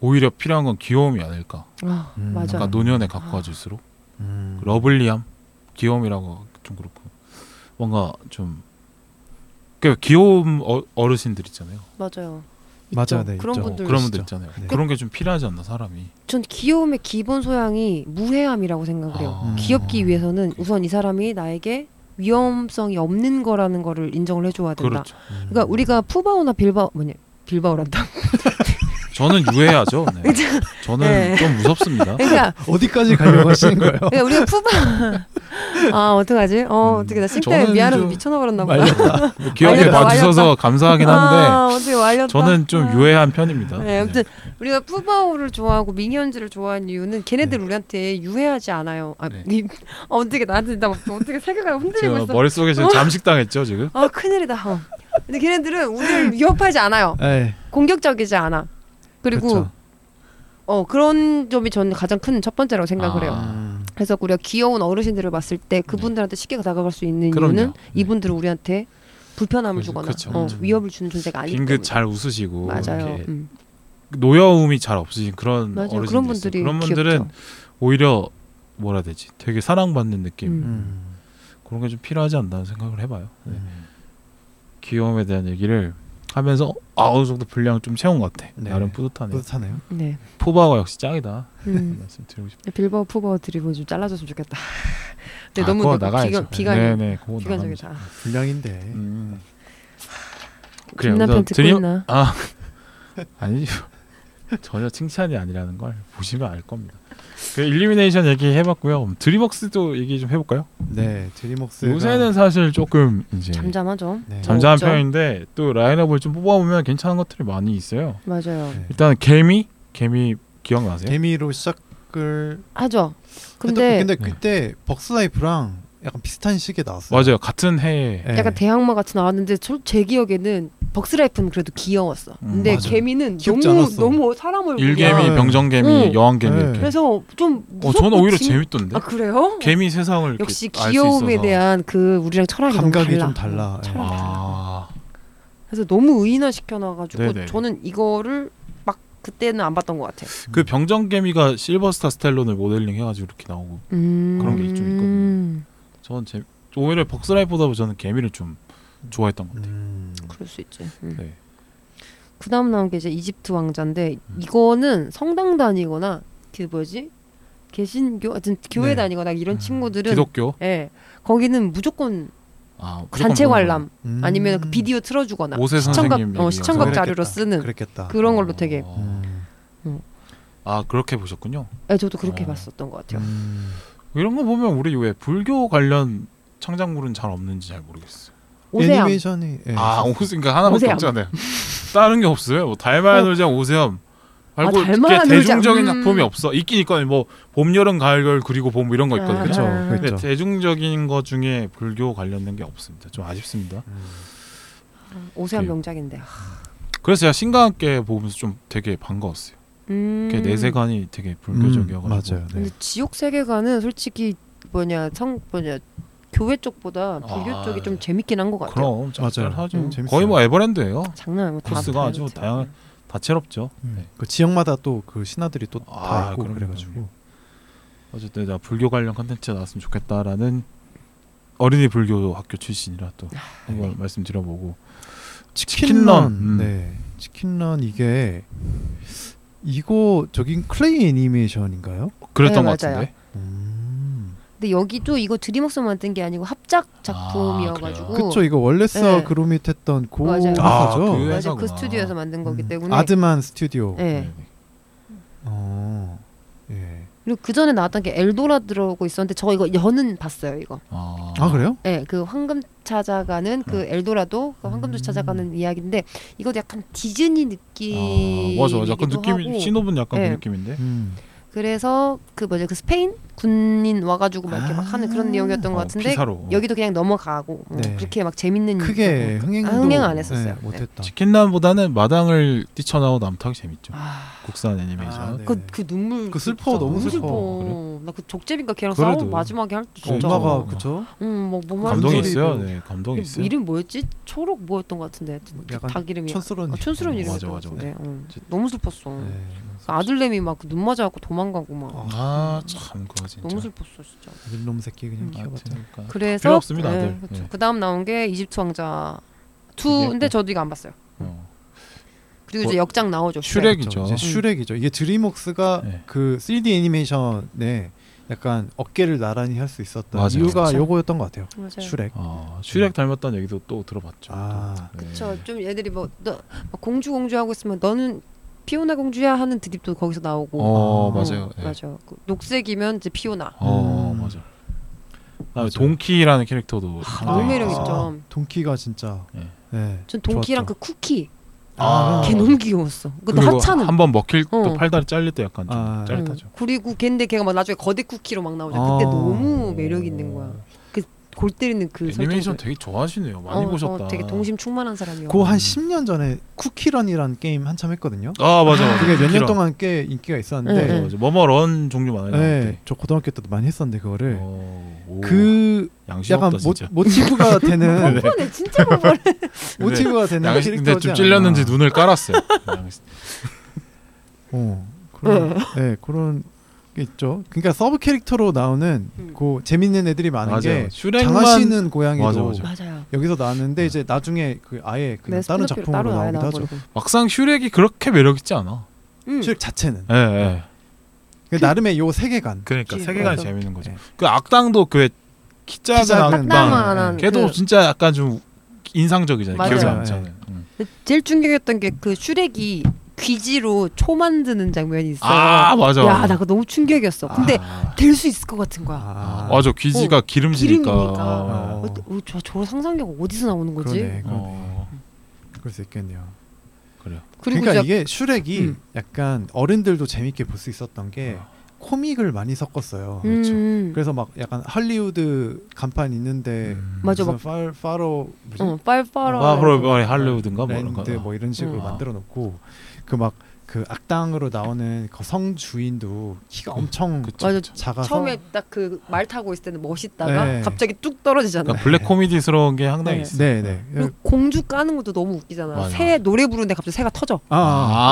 B: 오히려 필요한 건 귀여움이 아닐까.
C: 아,
D: 음,
C: 맞아.
B: 아까
D: 약간
B: 노년에 갖고 와질수록
D: 음.
B: 러블리함, 귀여움이라고 좀 그렇고 뭔가 좀 그 귀여운 어, 어르신들 있잖아요.
C: 맞아요.
D: 맞아요,
C: 있죠.
D: 네,
C: 그런
D: 있죠.
B: 어,
C: 분들 아,
B: 그런 분들
D: 있죠.
B: 있잖아요.
D: 네.
B: 그런 게 좀 필요하지 않나 사람이.
C: 전 귀여움의 기본 소양이 무해함이라고 생각을 해요.
D: 음.
B: 아.
C: 귀엽기 위해서는 우선 이 사람이 나에게 위험성이 없는 거라는 거를 인정을 해줘야 된다.
B: 그렇죠.
D: 음.
C: 그러니까 우리가 푸바오나 빌바오 뭐냐
B: 아.
C: 빌바오란다.
B: 저는 유해하죠.
C: [laughs]
B: 네. 저는
C: 네.
B: 좀 무섭습니다.
C: 그러니까,
D: 어디까지 가려고 하시는 거예요?
C: [laughs] 그러니까 우리가 푸바 아 어떡하지? 어
B: 음,
C: 어떻게 나 싱크대
B: 저는
C: 미안해서
B: 좀
C: 미쳐나버렸나 보다. [laughs]
D: 말렸다.
B: 귀엽게
C: 말렸다,
B: 봐주셔서 감사하긴 한데
C: 아 어떻게 말렸다.
B: 저는 좀
C: 아.
B: 유해한 편입니다.
C: 네, 아무튼 우리가 푸바오를 좋아하고 미니언즈를 좋아하는 이유는 걔네들 우리한테 유해하지 않아요. 아,
B: 네.
C: 님, 어, 어떻게 나한테 나 어떻게 생각을 흔들리고
B: 제가
C: 있어.
B: 머릿속에 지금
C: 어?
B: 잠식당했죠 지금.
C: 아 큰일이다. 어. 근데 걔네들은 우리를 위협하지 않아요.
D: 네.
C: 공격적이지 않아. 그리고
D: 그쵸.
C: 어 그런 점이 저는 가장 큰 첫 번째라고 생각을
B: 아. 네.
C: 해요.
D: 음.
C: 그래서 우리가 귀여운 어르신들을 봤을 때 그분들한테 쉽게 다가갈 수 있는
B: 그럼요.
C: 이유는
B: 네.
C: 이분들은 우리한테 불편함을
B: 그죠,
C: 주거나
B: 그쵸,
C: 어,
B: 그쵸.
C: 위협을 주는 존재가 아니기 때문에
B: 빙긋 잘 웃으시고
C: 맞아요.
B: 이렇게
C: 음.
B: 노여움이 잘 없으신 그런
C: 맞아요.
B: 어르신들
C: 그런
B: 있어요.
C: 분들이
B: 그런
C: 귀엽죠.
B: 분들은 오히려 뭐라 해야 되지? 되게 사랑받는 느낌
C: 음.
D: 음.
B: 그런 게 좀 필요하지 않나 생각을 해봐요. 네.
D: 음.
B: 귀여움에 대한 얘기를 하면서 아 어느 정도 분량 좀 채운 것 같아.
D: 네.
B: 나름 뿌듯하네요.
D: 뿌듯하네요.
C: 네.
B: 포바가 역시 짱이다.
C: 음.
B: [laughs] 말씀 드리고 싶.
C: 빌버 푸버 드리블 뭐 좀 잘라줬으면 좋겠다. [laughs] 근데
B: 아,
C: 너무
B: 그거
C: 뭐
B: 나가야죠.
C: 비관 비관
B: 네네 그거 나가야죠.
C: 비관적이다. 아,
D: 분량인데.
B: 음. 그래요. 그래서
C: 중남편 듣고
B: 드림-
C: 있나?
B: 아 [laughs] 아니 [laughs] 전혀 칭찬이 아니라는 걸 보시면 알 겁니다. 그 일리미네이션 얘기 해봤고요. 드림웍스도 얘기 좀 해볼까요?
D: 네. 드림웍스.
B: 요새는 사실 조금 이제
C: 잠잠하죠. 뭐
D: 네.
B: 잠잠한
C: 없죠.
B: 편인데 또 라인업을 좀 뽑아보면 괜찮은 것들이 많이 있어요.
C: 맞아요.
D: 네.
B: 일단 개미 개미 기억나세요?
D: 개미로 시작을.
C: 하죠.
D: 근데, 근데
B: 네.
C: 근데,
D: 그때 벅스라이프랑 약간 비슷한 시기에 나왔어요.
C: 음,
B: 맞아요. 같은 해에
D: 네.
C: 약간 대항마 같이 나왔는데 저- 제 기억에는 벅스라이프는 그래도 귀여웠어.
B: 음,
C: 근데
D: 맞아.
C: 개미는
D: 귀엽지
C: 너무
D: 않았어.
C: 너무 사람을
B: 일개미,
D: 네.
C: 보면
B: 병정개미,
C: 응.
B: 여왕개미
D: 네.
B: 이렇게.
C: 그래서 좀
B: 어,
C: 무섭고
B: 저는 오히려
C: 진-
B: 재밌던데.
C: 아 그래요?
B: 개미 세상을 이렇게
C: 역시
B: 알수
C: 귀여움에
B: 있어서.
C: 대한 그 우리랑 철학이
D: 감각이
C: 너무
D: 좀
C: 달라. 음,
D: 달라.
C: 참.
B: 아,
C: 그래서 너무 의인화 시켜놔가지고
B: 네네.
C: 저는 이거를 막 그때는 안 봤던 것 같아.
B: 그 병정개미가 실버스타 스텔론을 모델링 해가지고 이렇게 나오고
C: 음...
B: 그런 게좀 있거든요. 저는 재 오히려 벅스라이프보다 저는 개미를 좀 좋아했던 것 같아요.
D: 음.
C: 그럴 수 있지. 음.
B: 네.
C: 그 다음 나온 게 이제 이집트 왕자인데
B: 음.
C: 이거는 성당 다니거나 그 뭐지 개신교 하여튼 교회
D: 네.
C: 다니거나 이런
D: 음.
C: 친구들은
B: 기독교
C: 예 거기는 무조건
B: 아, 무조건
C: 단체
B: 보는
C: 관람
D: 음.
C: 아니면 그 비디오 틀어주거나
B: 거예요. 오세
C: 시청각-
B: 선생님
C: 어,
B: 얘기
C: 시청각
B: 영상.
C: 자료로
D: 그랬겠다.
C: 쓰는
D: 그랬겠다.
C: 그런 걸로 되게
B: 어.
D: 음.
B: 아 그렇게 보셨군요.
C: 예, 저도 그렇게
B: 어.
C: 봤었던 것 같아요.
D: 음.
B: 이런 거 보면 우리 왜 불교 관련 창작물은 잘 없는지 잘 모르겠어요.
C: 오세암
D: 애니메이션이 예.
B: 아 오세암 그러니까 하나밖에
C: 오세암.
B: 없잖아요. 다른 게 없어요. 뭐 달마야 놀자 오세암 말고
C: 아, 달마야
B: 이렇게
C: 놀자.
B: 대중적인
C: 음.
B: 작품이 없어. 있긴 있거든요. 뭐봄 여름 가을 겨울 그리고 봄 이런 거 있거든요.
D: 그렇죠.
C: 아.
B: 근데
D: 그렇죠.
B: 대중적인 거 중에 불교 관련된 게 없습니다. 좀 아쉽습니다.
D: 음.
C: 오세암
B: 그-
C: 명작인데.
B: 그래서 제가 신강학계 보면서 좀 되게 반가웠어요.
C: 음.
B: 그게 네 내세관이 되게 불교적이어가지고.
D: 맞아요. 네.
C: 근데 지옥 세계관은 솔직히 뭐냐 성 뭐냐 교회 쪽보다 불교
B: 아,
C: 쪽이
B: 네.
C: 좀 재밌긴 한 것 같아요.
B: 그럼 짭짤하죠.
D: 음, 재밌어요.
B: 거의 뭐 에버랜드예요.
C: 장난 아니고 다
B: 코스가 아주
C: 다이어트야.
B: 다양한- 다채롭죠. 네.
D: 그 지역마다 또 그 신화들이 또 다
B: 아,
D: 있고
B: 그럼요,
D: 그래가지고
B: 그럼요. 어쨌든 나 불교 관련 컨텐츠 나왔으면 좋겠다라는 어린이 불교 학교 출신이라 또
C: 아,
B: 한번
C: 네.
B: 말씀드려보고 치킨런. 음.
D: 네 치킨런 이게 이거 저긴 클레이 애니메이션인가요?
B: 그랬던
C: 네,
B: 것
C: 맞아요.
B: 같은데.
D: 음.
C: 근데 여기도 이거 드림웍스 만든 게 아니고 합작 작품이어가지고
B: 아,
D: 그쵸 이거 원래서
C: 네.
D: 그로밋 했던 고
C: 맞아요.
B: 아,
D: 회사죠.
B: 그
C: 맞아
B: 회사구나. 음.
C: 그 스튜디오에서 만든 거기
D: 음,
C: 때문에
D: 아드만 스튜디오.
C: 네.
B: 네네.
D: 어. 예.
C: 그리고 그 전에 나왔던 게 엘도라드라고 있었는데 저 이거 여는 봤어요 이거.
B: 아,
D: 아 그래요?
C: 예, 그 황금 찾아가는 그
B: 음.
C: 엘도라도 그 황금도
D: 음.
C: 찾아가는 이야기인데 이것도 약간 디즈니 느낌.
B: 아, 맞아 맞아. 그 느낌이
C: 하고,
B: 신호분 약간
C: 네.
B: 그 느낌인데.
D: 음.
C: 그래서 그 뭐지 그 스페인 군인 와가지고 막 이렇게 막 하는 그런
D: 아.
C: 내용이었던 것
B: 어,
C: 같은데
B: 피사로.
C: 여기도 그냥 넘어가고 뭐
D: 네.
C: 그렇게 막 재밌는
D: 크게 흥행도
C: 아, 흥행 안 했었어요.
D: 네, 못했다.
B: 치킨남보다는 마당을 뛰쳐나온 남탕이 재밌죠.
C: 아,
B: 국산 애니메이션.
D: 아, 네.
C: 그, 그 눈물
D: 그 슬퍼,
C: 진짜
D: 너무 슬퍼.
C: 나 그 족제비인가 걔랑
B: 그래도.
C: 싸우고 마지막에 할때 진짜 음,
D: 엄마가 그쵸?
C: 응막뭐
B: 감동이
D: 완전히
B: 있어요.
D: 그-
B: 네, 감동이 있어요.
C: 아, 이름 뭐였지? 초록 뭐였던 것 같은데
D: 약간
C: 닭 이름이
D: 촌스러운
C: 아, 촌스러운 음.
B: 어,
C: 이름이었던
B: 맞아,
C: 것
B: 맞아,
C: 같은데 응. 너무 슬펐어 그
D: 네.
C: 아들내미 막 눈 맞아갖고 도망가고 막
D: 아,
B: 아참 그거 진짜.
C: 너무 슬펐어 진짜
D: 네. 놈 새끼
C: 음,
D: 그냥 키워봤자.
B: 그러니까.
C: 그래서
B: 필요 없습니다, 아들.
C: 그
B: 네.
C: 다음 나온 게 이집트 왕자
B: 그게
C: 2인데
B: 뭐-
C: 저도 이거 안 봤어요.
B: 어.
C: 그리고 이제 그 역장 나오죠.
B: 슈렉.
D: 그렇죠.
B: 슈렉이죠.
D: 이제 슈렉이죠. 이게 드림웍스가
B: 네.
D: 그 3D 애니메이션에 약간 어깨를 나란히 할 수 있었던
B: 맞아요.
D: 이유가
C: 그쵸. 네.
D: 요거였던 것 같아요.
C: 맞아요.
D: 슈렉.
B: 아 슈렉 닮았다는 얘기도 또 들어봤죠.
D: 아.
B: 또. 네.
C: 그쵸. 좀 애들이 뭐, 너막 공주 공주 하고 있으면 너는 피오나 공주야 하는 드립도 거기서 나오고.
B: 어
D: 아.
B: 맞아요. 네.
C: 맞아요. 그 녹색이면 이제 피오나.
B: 어
D: 음.
B: 맞아. 그다음에
D: 맞아요.
B: 동키라는 캐릭터도 상당히
C: 너무 매력
B: 있었어요.
C: 있죠.
D: 아, 동키가 진짜.
B: 아. 네.
D: 네.
C: 전 동키랑
D: 좋았죠.
C: 그 쿠키
B: 아,
C: 걔 너무 귀여웠어. 그너
B: 그리고
C: 하찮은.
B: 한번 먹힐 또
C: 어.
B: 팔다리 잘릴 때 약간 좀
D: 아.
C: 응.
B: 짜릿하죠.
C: 그리고 음. 걔인데 걔가 막 나중에 거대 쿠키로 막 나오잖아. 그때
D: 아.
C: 너무 매력 있는 거야. 골 때리는
D: 음,
C: 그
B: 애니메이션
C: 설정들.
B: 되게 좋아하시네요. 많이
C: 어,
B: 보셨다.
C: 어, 되게 동심 충만한 사람이야.
D: 그 한
B: 음.
D: 10년 전에 쿠키런이라는 게임 한참 했거든요.
B: 아 맞아. 맞아.
D: 그게 몇 년
B: 쿠키런.
D: 동안 꽤 인기가
C: 네.
D: 있었는데
B: 맞아, 맞아. 머머런 종류 많아요.
D: 네,
B: 네.
D: 저 고등학교 때도 많이 했었는데 그거를
B: 그
D: 그
B: 양심
D: 약간
B: 어,
D: 어,
B: 없다
D: 모,
B: 진짜. [laughs]
D: 모티브가 되는
C: 뻔해 어, 네, 진짜 뻔해.
B: 근데
D: 모티브가 되는
B: 양심- 근데
D: 캐릭터지
B: 좀 찔렸는지
D: 않나. [laughs]
B: 눈을 깔았어요. 양심-
D: 어, 그런, 네, 그런 게 있죠. 그러니까 서브 캐릭터로 나오는
C: 음.
D: 그 재밌는 애들이 많은
B: 맞아요.
D: 게
B: 슈렉만
D: 장화시는 고양이도
B: 맞아, 네. 맞아.
C: [laughs] 맞아요.
D: 여기서 나왔는데 이제 나중에 그 아예 그냥 다른
C: 네, 스피드업이
D: 작품으로
C: 아예
D: 나오기도 하죠.
C: 나와버리고.
B: 막상 슈렉이 그렇게 매력 있지 않아.
C: 음.
D: 실 자체는
B: 예, 예.
D: 그 나름의 요 네. 세계관.
B: 그러니까
C: 그치.
B: 세계관이
D: 맞아.
B: 재밌는 거죠.
D: 네.
B: 그 악당도 그 키 작은
D: 작은
B: 악당.
D: 악당은
C: 딱나만한 그
B: 걔도 진짜 약간 좀 인상적이잖아요.
C: 맞아요.
B: 기억이 남잖아요. 응.
C: 그, 제일 충격이었던 게 그 슈렉이 귀지로 초 만드는 장면이 있어.
B: 아 맞아.
C: 네. 야, 나 그거 너무 충격이었어. 근데
B: 아,
C: 될 수 있을 것 같은 거야.
B: 아,
D: 아,
B: 맞아 귀지가 기름지니까.
C: 기름이니까.
B: 어.
C: 어, 어, 저, 저 상상력 어디서 나오는 거지?
D: 그러네, 그러네.
B: 어.
D: 그럴 수 있겠네요.
B: 그래요.
C: 그리고
D: 그러니까
C: 이제
D: 이게 슈렉이
C: 음.
D: 약간 어른들도 재밌게 볼 수 있었던 게
B: 아.
D: 코믹을 많이 섞었어요.
B: 그렇죠.
C: 음,
D: 그래서 막 약간 할리우드 간판 있는데
B: 음.
C: 맞아,
D: 무슨 팔 파로 뭐지?
C: 어, 빨빨아.
B: 아, 그럼 할리우드인가 뭐 이런 거.
D: 랜드 뭐 이런 식으로
C: 음.
D: 만들어 놓고 그 막 그 악당으로 나오는 그 성주인도 키가 엄청
B: 음. 그쵸.
C: 맞아.
D: 작아서
C: 처음에 딱 그 말 타고 있을 때는 멋있다가
D: 네.
C: 갑자기 뚝 떨어지잖아.
B: 그러니까 블랙 코미디스러운 게 상당히
C: 네.
B: 있어.
D: 네네
C: 그리고 공주 까는 것도 너무 웃기잖아.
B: 맞아.
C: 새 노래 부르는데 갑자기 새가 터져.
D: 아, 아,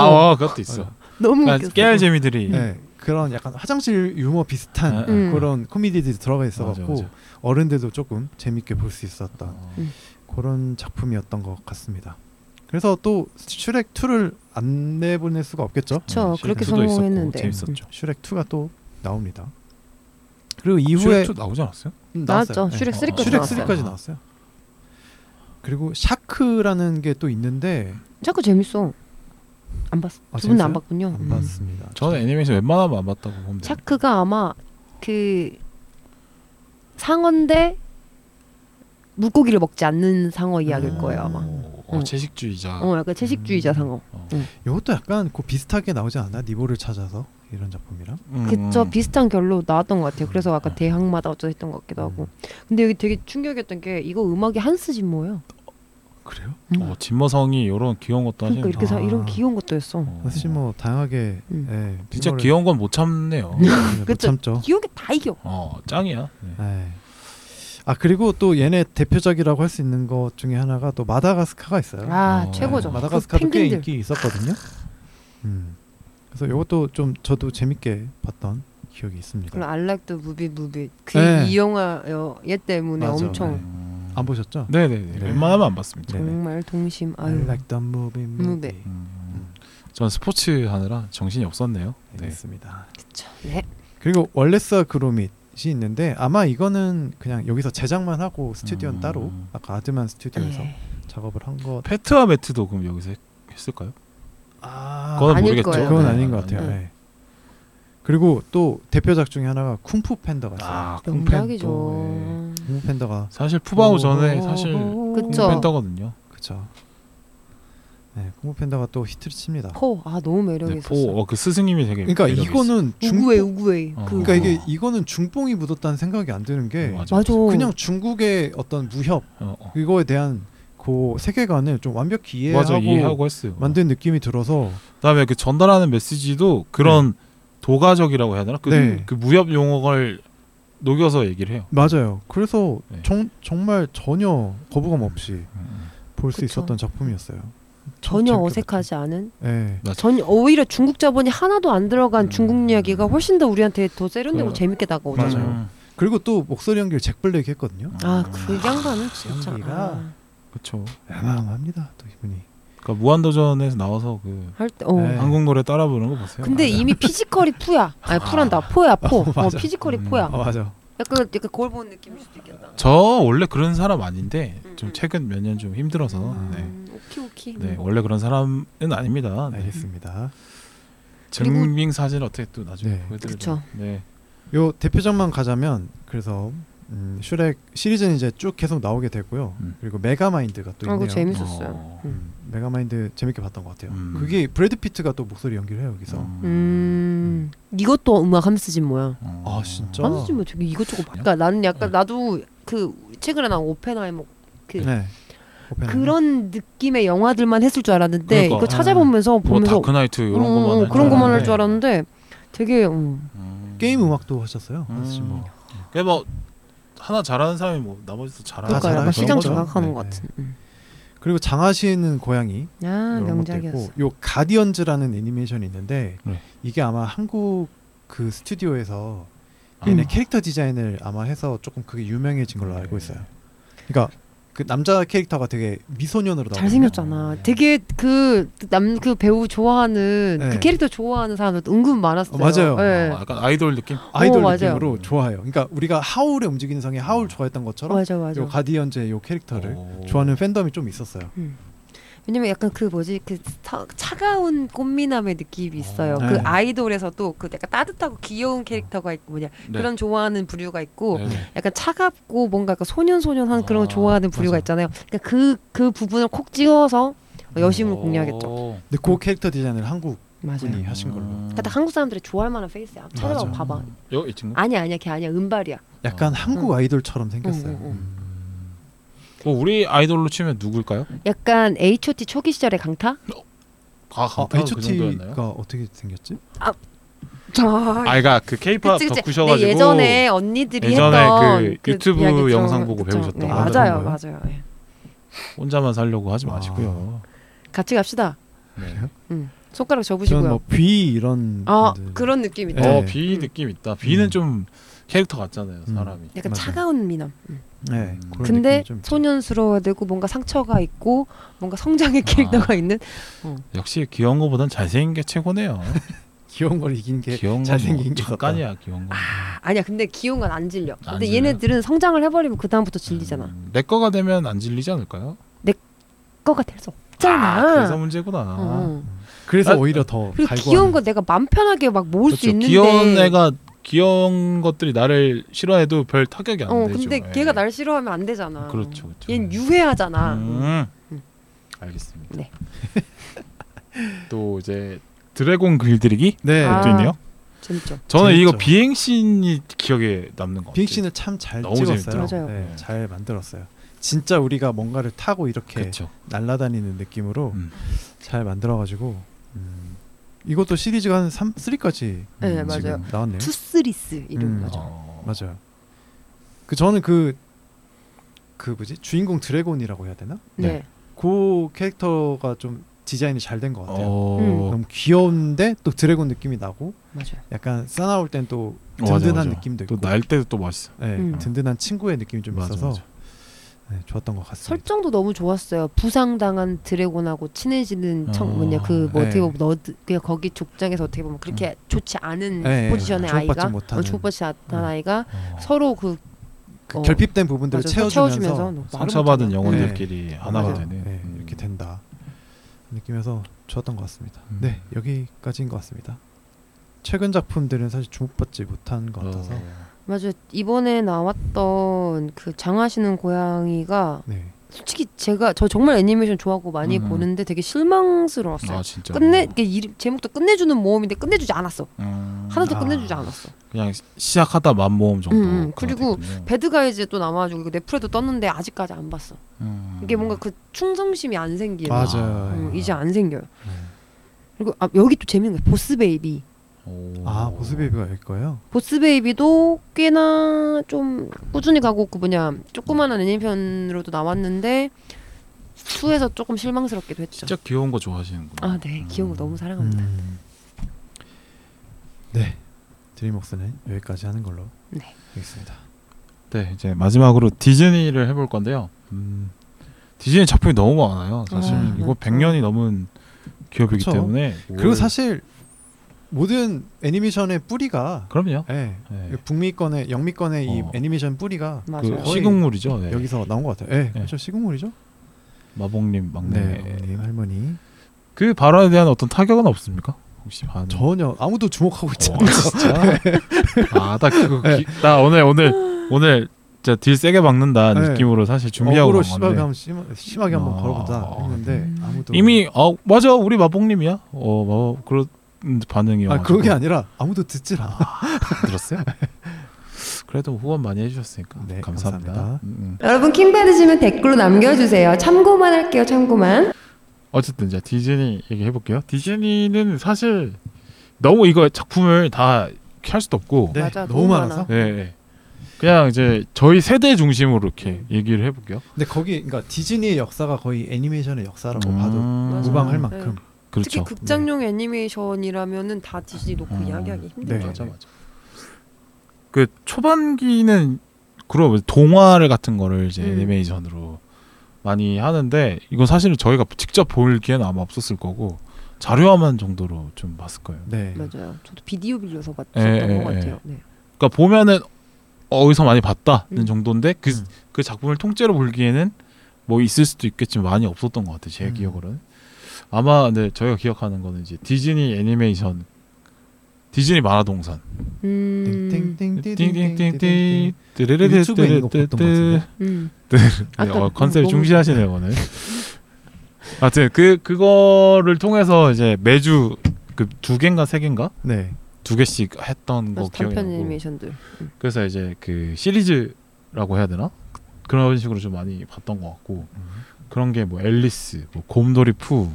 B: 아,
C: 어.
B: 어, 그것도 있어.
C: 너무
B: 그러니까
C: 웃겼어.
B: 깨알 재미들이.
D: 네. 그런 약간 화장실 유머 비슷한
B: 음.
D: 그런 코미디들이 들어가
B: 맞아,
D: 있어갖고
B: 맞아.
D: 어른들도 조금 재밌게 볼 수 있었던
B: 어.
D: 그런 작품이었던 것 같습니다. 그래서 또 슈렉 2를 안 내보낼 수가 없겠죠. 음,
C: 그쵸,
B: 음,
C: 그렇게
B: 실수도 있었고
C: 성공했는데. 음.
B: 재밌었죠.
D: 슈렉 2가 또 나옵니다. 그리고 이후에
B: 슈렉2 나오지 않았어요?
D: 음, 나왔어요.
C: 나왔죠.
D: 네.
C: 슈렉
B: 어,
C: 3까지
D: 슈렉
C: 나왔어요.
D: 3까지 나왔어요. 그리고 샤크라는 게 또 있는데
C: 자꾸 재밌어. 안 봤어.
D: 아,
C: 두 분은 안
D: 재밌어요?
C: 봤군요.
D: 안
C: 음.
D: 봤습니다.
B: 저는 애니메이션 웬만하면 안 봤다고 보면 돼요.
C: 차크가 아마 그 상어인데 물고기를 먹지 않는 상어 이야기일
D: 음.
C: 거예요 아마.
B: 어, 어,
C: 응.
B: 채식주의자.
C: 어, 약간 채식주의자
D: 음.
C: 상어.
D: 이것도 약간 그 비슷하게 나오지 않나? 니보를 찾아서 이런 작품이랑.
B: 음,
C: 그저
B: 음.
C: 비슷한 결로 나왔던 것 같아요. 그래서 아까
D: 네.
B: 음.
C: 대학마다 어쩌다 했던 것 같기도 하고.
D: 음.
C: 근데 여기 되게 충격이었던 게 이거 음악이 한스 진모예요.
D: 그래요?
C: 음.
B: 어, 진머성이 이런 귀여운 것도
C: 그러니까
B: 하시는.
C: 이렇게 사,
D: 아.
C: 이런 귀여운 것도 했어.
B: 어.
D: 사실 뭐 다양하게
C: 음.
D: 예,
B: 진짜
D: 유머를-
B: 귀여운 건 못
C: [laughs]
B: 참네요.
D: 예, 못
C: 그쵸.
D: 참죠.
C: 귀여운 게 다 이겨.
B: 어, 짱이야. 네.
D: 예. 아 그리고 또 얘네 대표작이라고 할 수 있는 것 중에 하나가 또 마다가스카가 있어요.
C: 아
B: 어.
C: 최고죠.
B: 네,
D: 마다가스카도
C: 그
D: 꽤
C: 펭귄들.
D: 인기 있었거든요. 음. 그래서 이것도 좀 저도 재밌게 봤던 기억이 있습니다.
C: 그리고 알렉도 무비 무비
D: 네.
C: 그이 영화 여- 얘 때문에
D: 맞아,
C: 엄청
D: 네. 안 보셨죠?
B: 네네네.
D: 네.
B: 웬만하면 안 봤습니다.
D: 네네.
C: 정말 동심
D: I
C: 아유 네.
D: like the movie movie.
C: movie.
B: 음. 전 스포츠 하느라 정신이 없었네요.
D: 네.
B: 네.
D: 있습니다.
C: 그쵸 네
D: 그리고 원레스 그로밋이 있는데 아마 이거는 그냥 여기서 제작만 하고 스튜디오는
B: 음.
D: 따로 아까 아드만 스튜디오에서
C: 네.
D: 작업을 한 것.
B: 페트와 매트도 그럼 여기서 했, 했을까요?
D: 아,
B: 그건
C: 아닐
B: 모르겠죠.
C: 거예요.
D: 그건
B: 네.
D: 아닌 것 같아요.
C: 네.
D: 예. 그리고 또 대표작 중에 하나가 쿵푸 팬더가 있어요.
B: 아,
C: 네,
B: 네. 콩팬도.
C: 명작이죠.
D: 쿵푸 팬더가
B: 사실 푸바오 전에 사실
C: 그쵸.
B: 팬더거든요.
D: 그쵸. 네, 공포팬다가 또 히트를 칩니다.
C: 포. 아 너무 매력
B: 네,
C: 있었어.
B: 포, 어, 그 스승님이 되게
D: 그러니까
B: 매력이
D: 이거는
C: 우구에
D: 중국
C: 우구에.
B: 어.
C: 그
D: 그러니까 이게 이거는 중뽕이 묻었다는 생각이 안 드는
B: 있어요.
D: 게
B: 어, 맞아.
C: 맞아.
D: 그냥 중국의 어떤 무협
B: 어, 어.
D: 이거에 대한 그 세계관을 좀 완벽히 예, 이해하고,
B: 맞아 이해하고 했어요.
D: 만든 느낌이 들어서
B: 그다음에 그 전달하는 메시지도 그런 도가적이라고 해야 되나? 그,
D: 네.
B: 그 무협 용어를 녹여서 얘기를 해요.
D: 맞아요. 그래서
B: 네.
D: 정, 정말 전혀 거부감 없이
B: 음.
D: 볼 수
C: 그쵸.
D: 있었던 작품이었어요. 참
C: 전혀
D: 재밌게
C: 어색하지 않은.
D: 봤- 예.
C: 전 오히려 중국 자본이 하나도 안 들어간
B: 음.
C: 중국 이야기가 훨씬 더 우리한테 더 세련되고
B: 그-
C: 재밌게 다가오잖아.
D: 맞아요. 그리고 또 목소리 연기를 잭 블랙이 했거든요.
C: 아그 양반은 진짜 아,
D: 연기가
B: 그렇죠.
D: 야망합니다. 또 이분이. 그러니까
B: 무한도전에서 나와서 그
C: 할때 어.
D: 네.
B: 한국 노래 따라 부르는 거 보세요. 아, 네.
C: 근데 이미 피지컬이 푸야. 아니 푸란다. 포야 포.
D: 어,
C: 어,
D: 맞아.
C: 피지컬이
B: 음.
C: 포야.
D: 아 맞아.
C: 약간 약간 거울 보는 느낌일 수도 있겠다.
B: 저 원래 그런 사람 아닌데
C: 음, 음.
B: 좀 최근 몇 년 좀 힘들어서
D: 아.
B: 네.
C: 음, 오키 오키.
B: 네, 원래 그런 사람은 아닙니다. 네.
D: 알겠습니다.
C: 그리고-
B: 증빙 사진 어떻게 또 나중에
D: 네.
B: 보여드려요.
C: 그쵸.
B: 네.
D: 요 대표작만 가자면 그래서 음, 슈렉 시리즈는 이제 쭉 계속 나오게 되고요.
B: 음.
D: 그리고 메가마인드가 또
C: 아, 그거
D: 있네요.
C: 재밌었어요.
B: 어,
D: 음, 메가마인드 재밌게 봤던 것 같아요.
B: 음.
D: 그게 브래드 피트가 또 목소리 연기를 해요 여기서.
C: 음, 이것도 음악 함스진 뭐야?
B: 어.
D: 아 진짜.
C: 함스진 뭐 되게 이것저것. 봐. 그러니까 나는 약간 나도 그 최근에 나온 오펜하이머 그
D: 네. 오펜하이머.
C: 그런 느낌의 영화들만 했을 줄 알았는데
B: 그러니까.
C: 이거 찾아보면서
B: 뭐
C: 보면서
B: 다크나이트 이런
C: 어,
B: 것만 할
C: 그런 것만 할
B: 알았는데. 네.
C: 줄 알았는데 되게 음,
B: 음.
D: 게임 음악도 하셨어요.
B: 음.
D: 사실 뭐.
B: 그게 뭐 하나 잘하는 사람이 뭐 나머지도 잘하는
C: 그러니까 약간
D: 잘하는
C: 시장
D: 거죠.
C: 장악하는
D: 네,
C: 것
D: 네.
C: 같은. 음.
D: 그리고 장하시는 고양이
C: 아
D: 이런
C: 명작이었어.
D: 것도 있고 요 가디언즈라는 애니메이션이 있는데
B: 네.
D: 이게 아마 한국 그 스튜디오에서
B: 아. 네.
D: 얘네 캐릭터 디자인을 아마 해서 조금 그게 유명해진 걸로 알고 있어요. 그러니까 그 남자 캐릭터가 되게 미소년으로 나오고
C: 잘생겼잖아. 되게 그 남 그 배우 좋아하는
D: 네.
C: 그 캐릭터 좋아하는 사람들 은근 많았어요.
D: 어, 맞아요.
C: 네.
B: 어, 약간 아이돌 느낌.
D: 아이돌
C: 오, 맞아요.
D: 느낌으로 좋아해요. 그러니까 우리가 하울의 움직이는 성에 하울 좋아했던 것처럼
C: 맞아 맞아.
D: 요 가디언즈의 요 캐릭터를
B: 오.
D: 좋아하는 팬덤이 좀 있었어요.
C: 왜냐면 약간 그 뭐지 그 차, 차가운 꽃미남의 느낌이 있어요.
D: 네.
C: 그 아이돌에서도 그 약간 따뜻하고 귀여운 캐릭터가 있고 뭐냐
B: 네.
C: 그런 좋아하는 부류가 있고
B: 네, 네.
C: 약간 차갑고 뭔가 그 소년소년한 그런 거
B: 아,
C: 좋아하는 부류가
D: 맞아.
C: 있잖아요. 그러니까 그, 그 부분을 콕 찍어서 여심을
B: 오.
C: 공략했죠.
B: 어.
D: 근데 그 캐릭터 디자인을 한국
C: 맞아요.
D: 분이 하신 걸로.
B: 음.
C: 그러니까 한국 사람들이 좋아할 만한 페이스야. 찾아봐
D: 맞아.
C: 봐봐.
B: 여, 이 친구?
C: 아니야 아니야 걔 아니야 은발이야.
D: 약간
B: 어.
C: 음.
D: 한국 아이돌처럼 생겼어요.
C: 응, 응, 응.
B: 뭐 우리 아이돌로 치면 누굴까요?
C: 약간 H.O.T 초기 시절의 강타?
B: 아,
D: 아,
B: 강타가 그 정도였나요?
D: H.O.T.가 어떻게 생겼지?
C: 자.
B: 아, 그러니까 그 케이팝
C: 그치, 그치.
B: 덕후셔가지고
C: 네, 예전에 언니들이
B: 예전에
C: 했던
B: 그 유튜브
C: 이야기처럼.
B: 영상 보고
C: 그쵸.
B: 배우셨던
C: 네,
D: 거.
C: 맞아요,
D: 그런
C: 맞아요. 예.
B: 혼자만 살려고 하지 마시고요.
C: 같이 갑시다.
B: 아. 네.
C: 음. 손가락
D: 저는
C: 접으시고요.
D: 뭐뷔 이런
C: 아
D: 분들.
C: 그런 느낌 있다.
D: 네.
B: 어, 비 느낌 있다. 비는
D: 음.
B: 좀 캐릭터 같잖아요,
D: 음.
B: 사람이.
C: 약간
D: 맞아요.
C: 차가운 미남.
D: 네,
B: 음.
D: 그런
C: 근데
D: 느낌이 좀 있죠.
C: 소년스러워야 되고 뭔가 상처가 있고 뭔가 성장의
B: 아.
C: 캐릭터가 있는
B: 역시 귀여운 거보단 잘생긴 게 [laughs] 최고네요.
D: 귀여운 걸 이긴 게
B: 귀여운
D: 잘생긴
B: 건뭐
D: 게 있었다.
B: 잠깐이야, 귀여운 건.
C: 아니야 근데 귀여운 건 안 질려
B: 안
C: 근데
B: 질려요?
C: 얘네들은 성장을 해버리면 그 다음부터 질리잖아
B: 음, 내 거가 되면 안 질리지 않을까요?
C: 거가 될 수 없잖아
B: 아, 그래서 문제구나.
C: 어.
D: 그래서
B: 아,
D: 오히려 더
C: 그리고
D: 갈구하는-
C: 귀여운 거 내가 맘 편하게 막 모을 수
B: 그렇죠.
C: 있는데
B: 귀여운 애가 귀여운 것들이 나를 싫어해도 별 타격이 안
C: 어
B: 되죠.
C: 근데
B: 예.
C: 걔가 날 싫어하면 안 되잖아
B: 그렇죠, 그렇죠.
C: 얘는 유해하잖아
B: 음.
C: 음.
B: 알겠습니다.
C: 네.
B: [laughs] 또 이제 드래곤 글들이기
D: 네.
C: 아.
B: 또 있네요.
C: 재밌죠
B: 저는
D: 재밌죠.
B: 이거 비행신이 기억에 남는 것 같아요.
D: 빙신을 참 잘
B: 너무
D: 찍었어요.
C: 재밌더라고요. 맞아요.
D: 네, 잘 만들었어요. 진짜 우리가 뭔가를 타고 이렇게
B: 그렇죠.
D: 날아다니는 느낌으로
B: 음.
D: 잘 만들어가지고 음, 이것도 시리즈가 한 3, 3까지
C: 네,
B: 음,
C: 맞아요.
B: 지금.
D: 나왔네요.
C: 투스리스 이름
D: 음.
C: 맞아
B: 어.
D: 맞아요. 그 저는 그, 그 뭐지 주인공 드래곤이라고 해야 되나?
C: 네.
D: 그 캐릭터가 좀 디자인이 잘 된 것 같아요.
B: 어.
C: 음.
D: 너무 귀여운데 또 드래곤 느낌이 나고
C: 맞아요
D: 약간 싸나울 땐 또
B: 어, 맞아,
D: 든든한
B: 맞아.
D: 느낌도 있고
B: 또날 때도 또 멋있어.
D: 네,
C: 음.
D: 든든한 친구의 느낌이 좀
B: 맞아,
D: 있어서
B: 맞아.
D: 네, 좋았던 것 같습니다.
C: 설정도 너무 좋았어요. 부상당한 드래곤하고 친해지는 청
B: 어,
C: 뭐냐 그뭐
D: 네. 음.
C: 어떻게 보면 너드 그냥 거기 족장에서 어떻게 보면 그렇게 좋지 않은
D: 네,
C: 포지션의
D: 네,
C: 아이가
D: 주목받지 못하는.
C: 어, 주목받지 않는
D: 음.
C: 아이가
B: 어.
C: 서로 그
D: 그
C: 어,
D: 결핍된 부분들을
C: 맞아,
D: 채워주면서,
C: 채워주면서 말을
B: 상처받은
C: 못하나?
B: 영혼들끼리 하나가
C: 맞아요.
B: 되네.
D: 네,
B: 음.
D: 이렇게 된다 느낌에서 좋았던 것 같습니다.
B: 음.
D: 네 여기까지인 것 같습니다. 최근 작품들은 사실 주목받지 못한 것 같아서
B: 어.
C: 맞아요. 이번에 나왔던 그 장하시는 고양이가
D: 네
C: 솔직히 제가 저 정말 애니메이션 좋아하고 많이
B: 음.
C: 보는데 되게 실망스러웠어요.
B: 아 진짜.
C: 끝내 이게 이름, 제목도 끝내주는 모험인데 끝내주지 않았어.
B: 음,
C: 하나도
D: 아.
C: 끝내주지 않았어.
B: 그냥 시- 시작하다 만모험 정도.
C: 음,
B: 그런
C: 음. 그리고
B: 느낌이군요.
C: 배드가이즈 또 남아가지고 넷플에도 떴는데 아직까지 안 봤어.
B: 음.
C: 이게 뭔가 그 충성심이 안 생기는.
B: 맞아.
D: 맞아요.
C: 예. 음, 이제 안 생겨요.
B: 네.
C: 그리고 아, 여기 또 재밌는 게 보스 베이비.
B: 오.
D: 아 보스베이비가 여기 거예요?
C: 보스 베이비도 꽤나 좀 꾸준히 가고 그 뭐냐 조그만한 애니편으로도 나왔는데 투에서 조금 실망스럽기도 했죠.
B: 진짜 귀여운 거 좋아하시는구나.
C: 아, 네. 귀여운 거 너무 사랑합니다.
D: 음. 네, 드림웍스는 여기까지 하는 걸로
C: 네.
D: 하겠습니다.
B: 네 이제 마지막으로 디즈니를 해볼 건데요. 음, 디즈니 작품이 너무 많아요. 사실
C: 아,
B: 이거
C: 맞죠.
B: 100년이 넘은 기업이기
D: 그쵸.
B: 때문에.
D: 그리고 사실 모든 애니메이션의 뿌리가
B: 그럼요.
D: 예,
B: 네.
D: 북미권의 영미권의 이
B: 어.
D: 애니메이션 뿌리가
C: 맞아요.
B: 그
D: 시-
B: 시국물이죠. 네.
D: 여기서 나온 것 같아요. 예,
B: 네.
D: 그렇죠. 시국물이죠.
B: 마봉님 막내.
D: 어머님, 할머니
B: 그 발언에 대한 어떤 타격은 없습니까? 혹시 반?
D: 전혀 아무도
B: [laughs]
D: 주목하고 있지 않아요.
B: 와, 진짜. 아나 그거
D: 네.
B: 기, 나 오늘 오늘 오늘 진짜 딜 세게 박는다
D: 네.
B: 느낌으로 사실 준비하고
D: 어그로
B: 간
D: 심하게
B: 건데
D: 한번 심하, 심하게 한번
B: 아.
D: 걸어보자 했는데
C: 음.
D: 아무도
B: 이미 어 맞아 우리 마봉님이야. 어 마, 그런 반응이.
D: 아 그게 아니라 아무도 듣질 않아.
B: 들었어요? [laughs] 그래도 후원 많이 해주셨으니까
D: 네,
B: 감사합니다.
D: 감사합니다.
B: 음, 음.
C: 여러분 킹 받으시면 댓글로 남겨주세요. 참고만 할게요. 참고만.
B: 어쨌든 이제 디즈니 얘기해볼게요. 디즈니는 사실 너무 이거 작품을 다 할 수도 없고,
D: 네,
C: 맞아,
D: 너무
C: 너무
D: 많아서.
C: 많아.
B: 예, 예. 그냥 이제 저희 세대 중심으로
D: 음.
B: 이렇게 얘기를 해볼게요.
D: 근데 거기 그러니까 디즈니의 역사가 거의 애니메이션의 역사라고
B: 음,
D: 뭐 봐도
C: 맞아.
D: 무방할
C: 네.
D: 만큼
B: 그렇죠.
C: 특히 극장용 애니메이션이라면은 다 디즈니 놓고
B: 음.
C: 그 이야기하기
B: 네.
C: 힘들죠.
D: 네.
B: 맞아, 맞아. 그 초반기는 그런 동화를 같은 거를 이제
C: 음.
B: 애니메이션으로 많이 하는데 이건 사실은 저희가 직접 볼 기회는 아마 없었을 거고 자료화만 정도로 좀 봤을 거예요.
D: 네.
C: 맞아요. 저도 비디오 빌려서
B: 예,
C: 봤던
B: 예,
C: 것 같아요. 네.
B: 그러니까 보면은 어디서 많이 봤다는
C: 음.
B: 정도인데 그 그
D: 음.
B: 작품을 통째로 볼기에는 뭐 있을 수도 있겠지만 많이 없었던 것 같아요 제
D: 음.
B: 기억으로는 아마 네 저희가 기억하는 거는 이제 디즈니 애니메이션 디즈니 만화동산
C: 음.
B: 띵띵띵띵띵
D: 띵띵띵띵띵띵 유튜브에 있는 거 봤던 것
B: 띠르르르르르
D: 같은데?
C: 음.
B: 네,
C: 아까
B: 어, 컨셉
C: 너무-
B: 충실하시네요 오늘. 아무튼 그 그거를 통해서 이제 매주 그 두 개인가 세 개인가
D: 네.
B: 두 개씩 했던 거
C: 그래서
B: 뭐 기억이
C: 단편
B: 나고.
C: 애니메이션들.
B: 그래서 이제 그 시리즈라고 해야 되나 그런 식으로 좀 많이 봤던 것 같고
D: 음.
B: 그런 게 뭐 앨리스, 뭐 곰돌이 푸,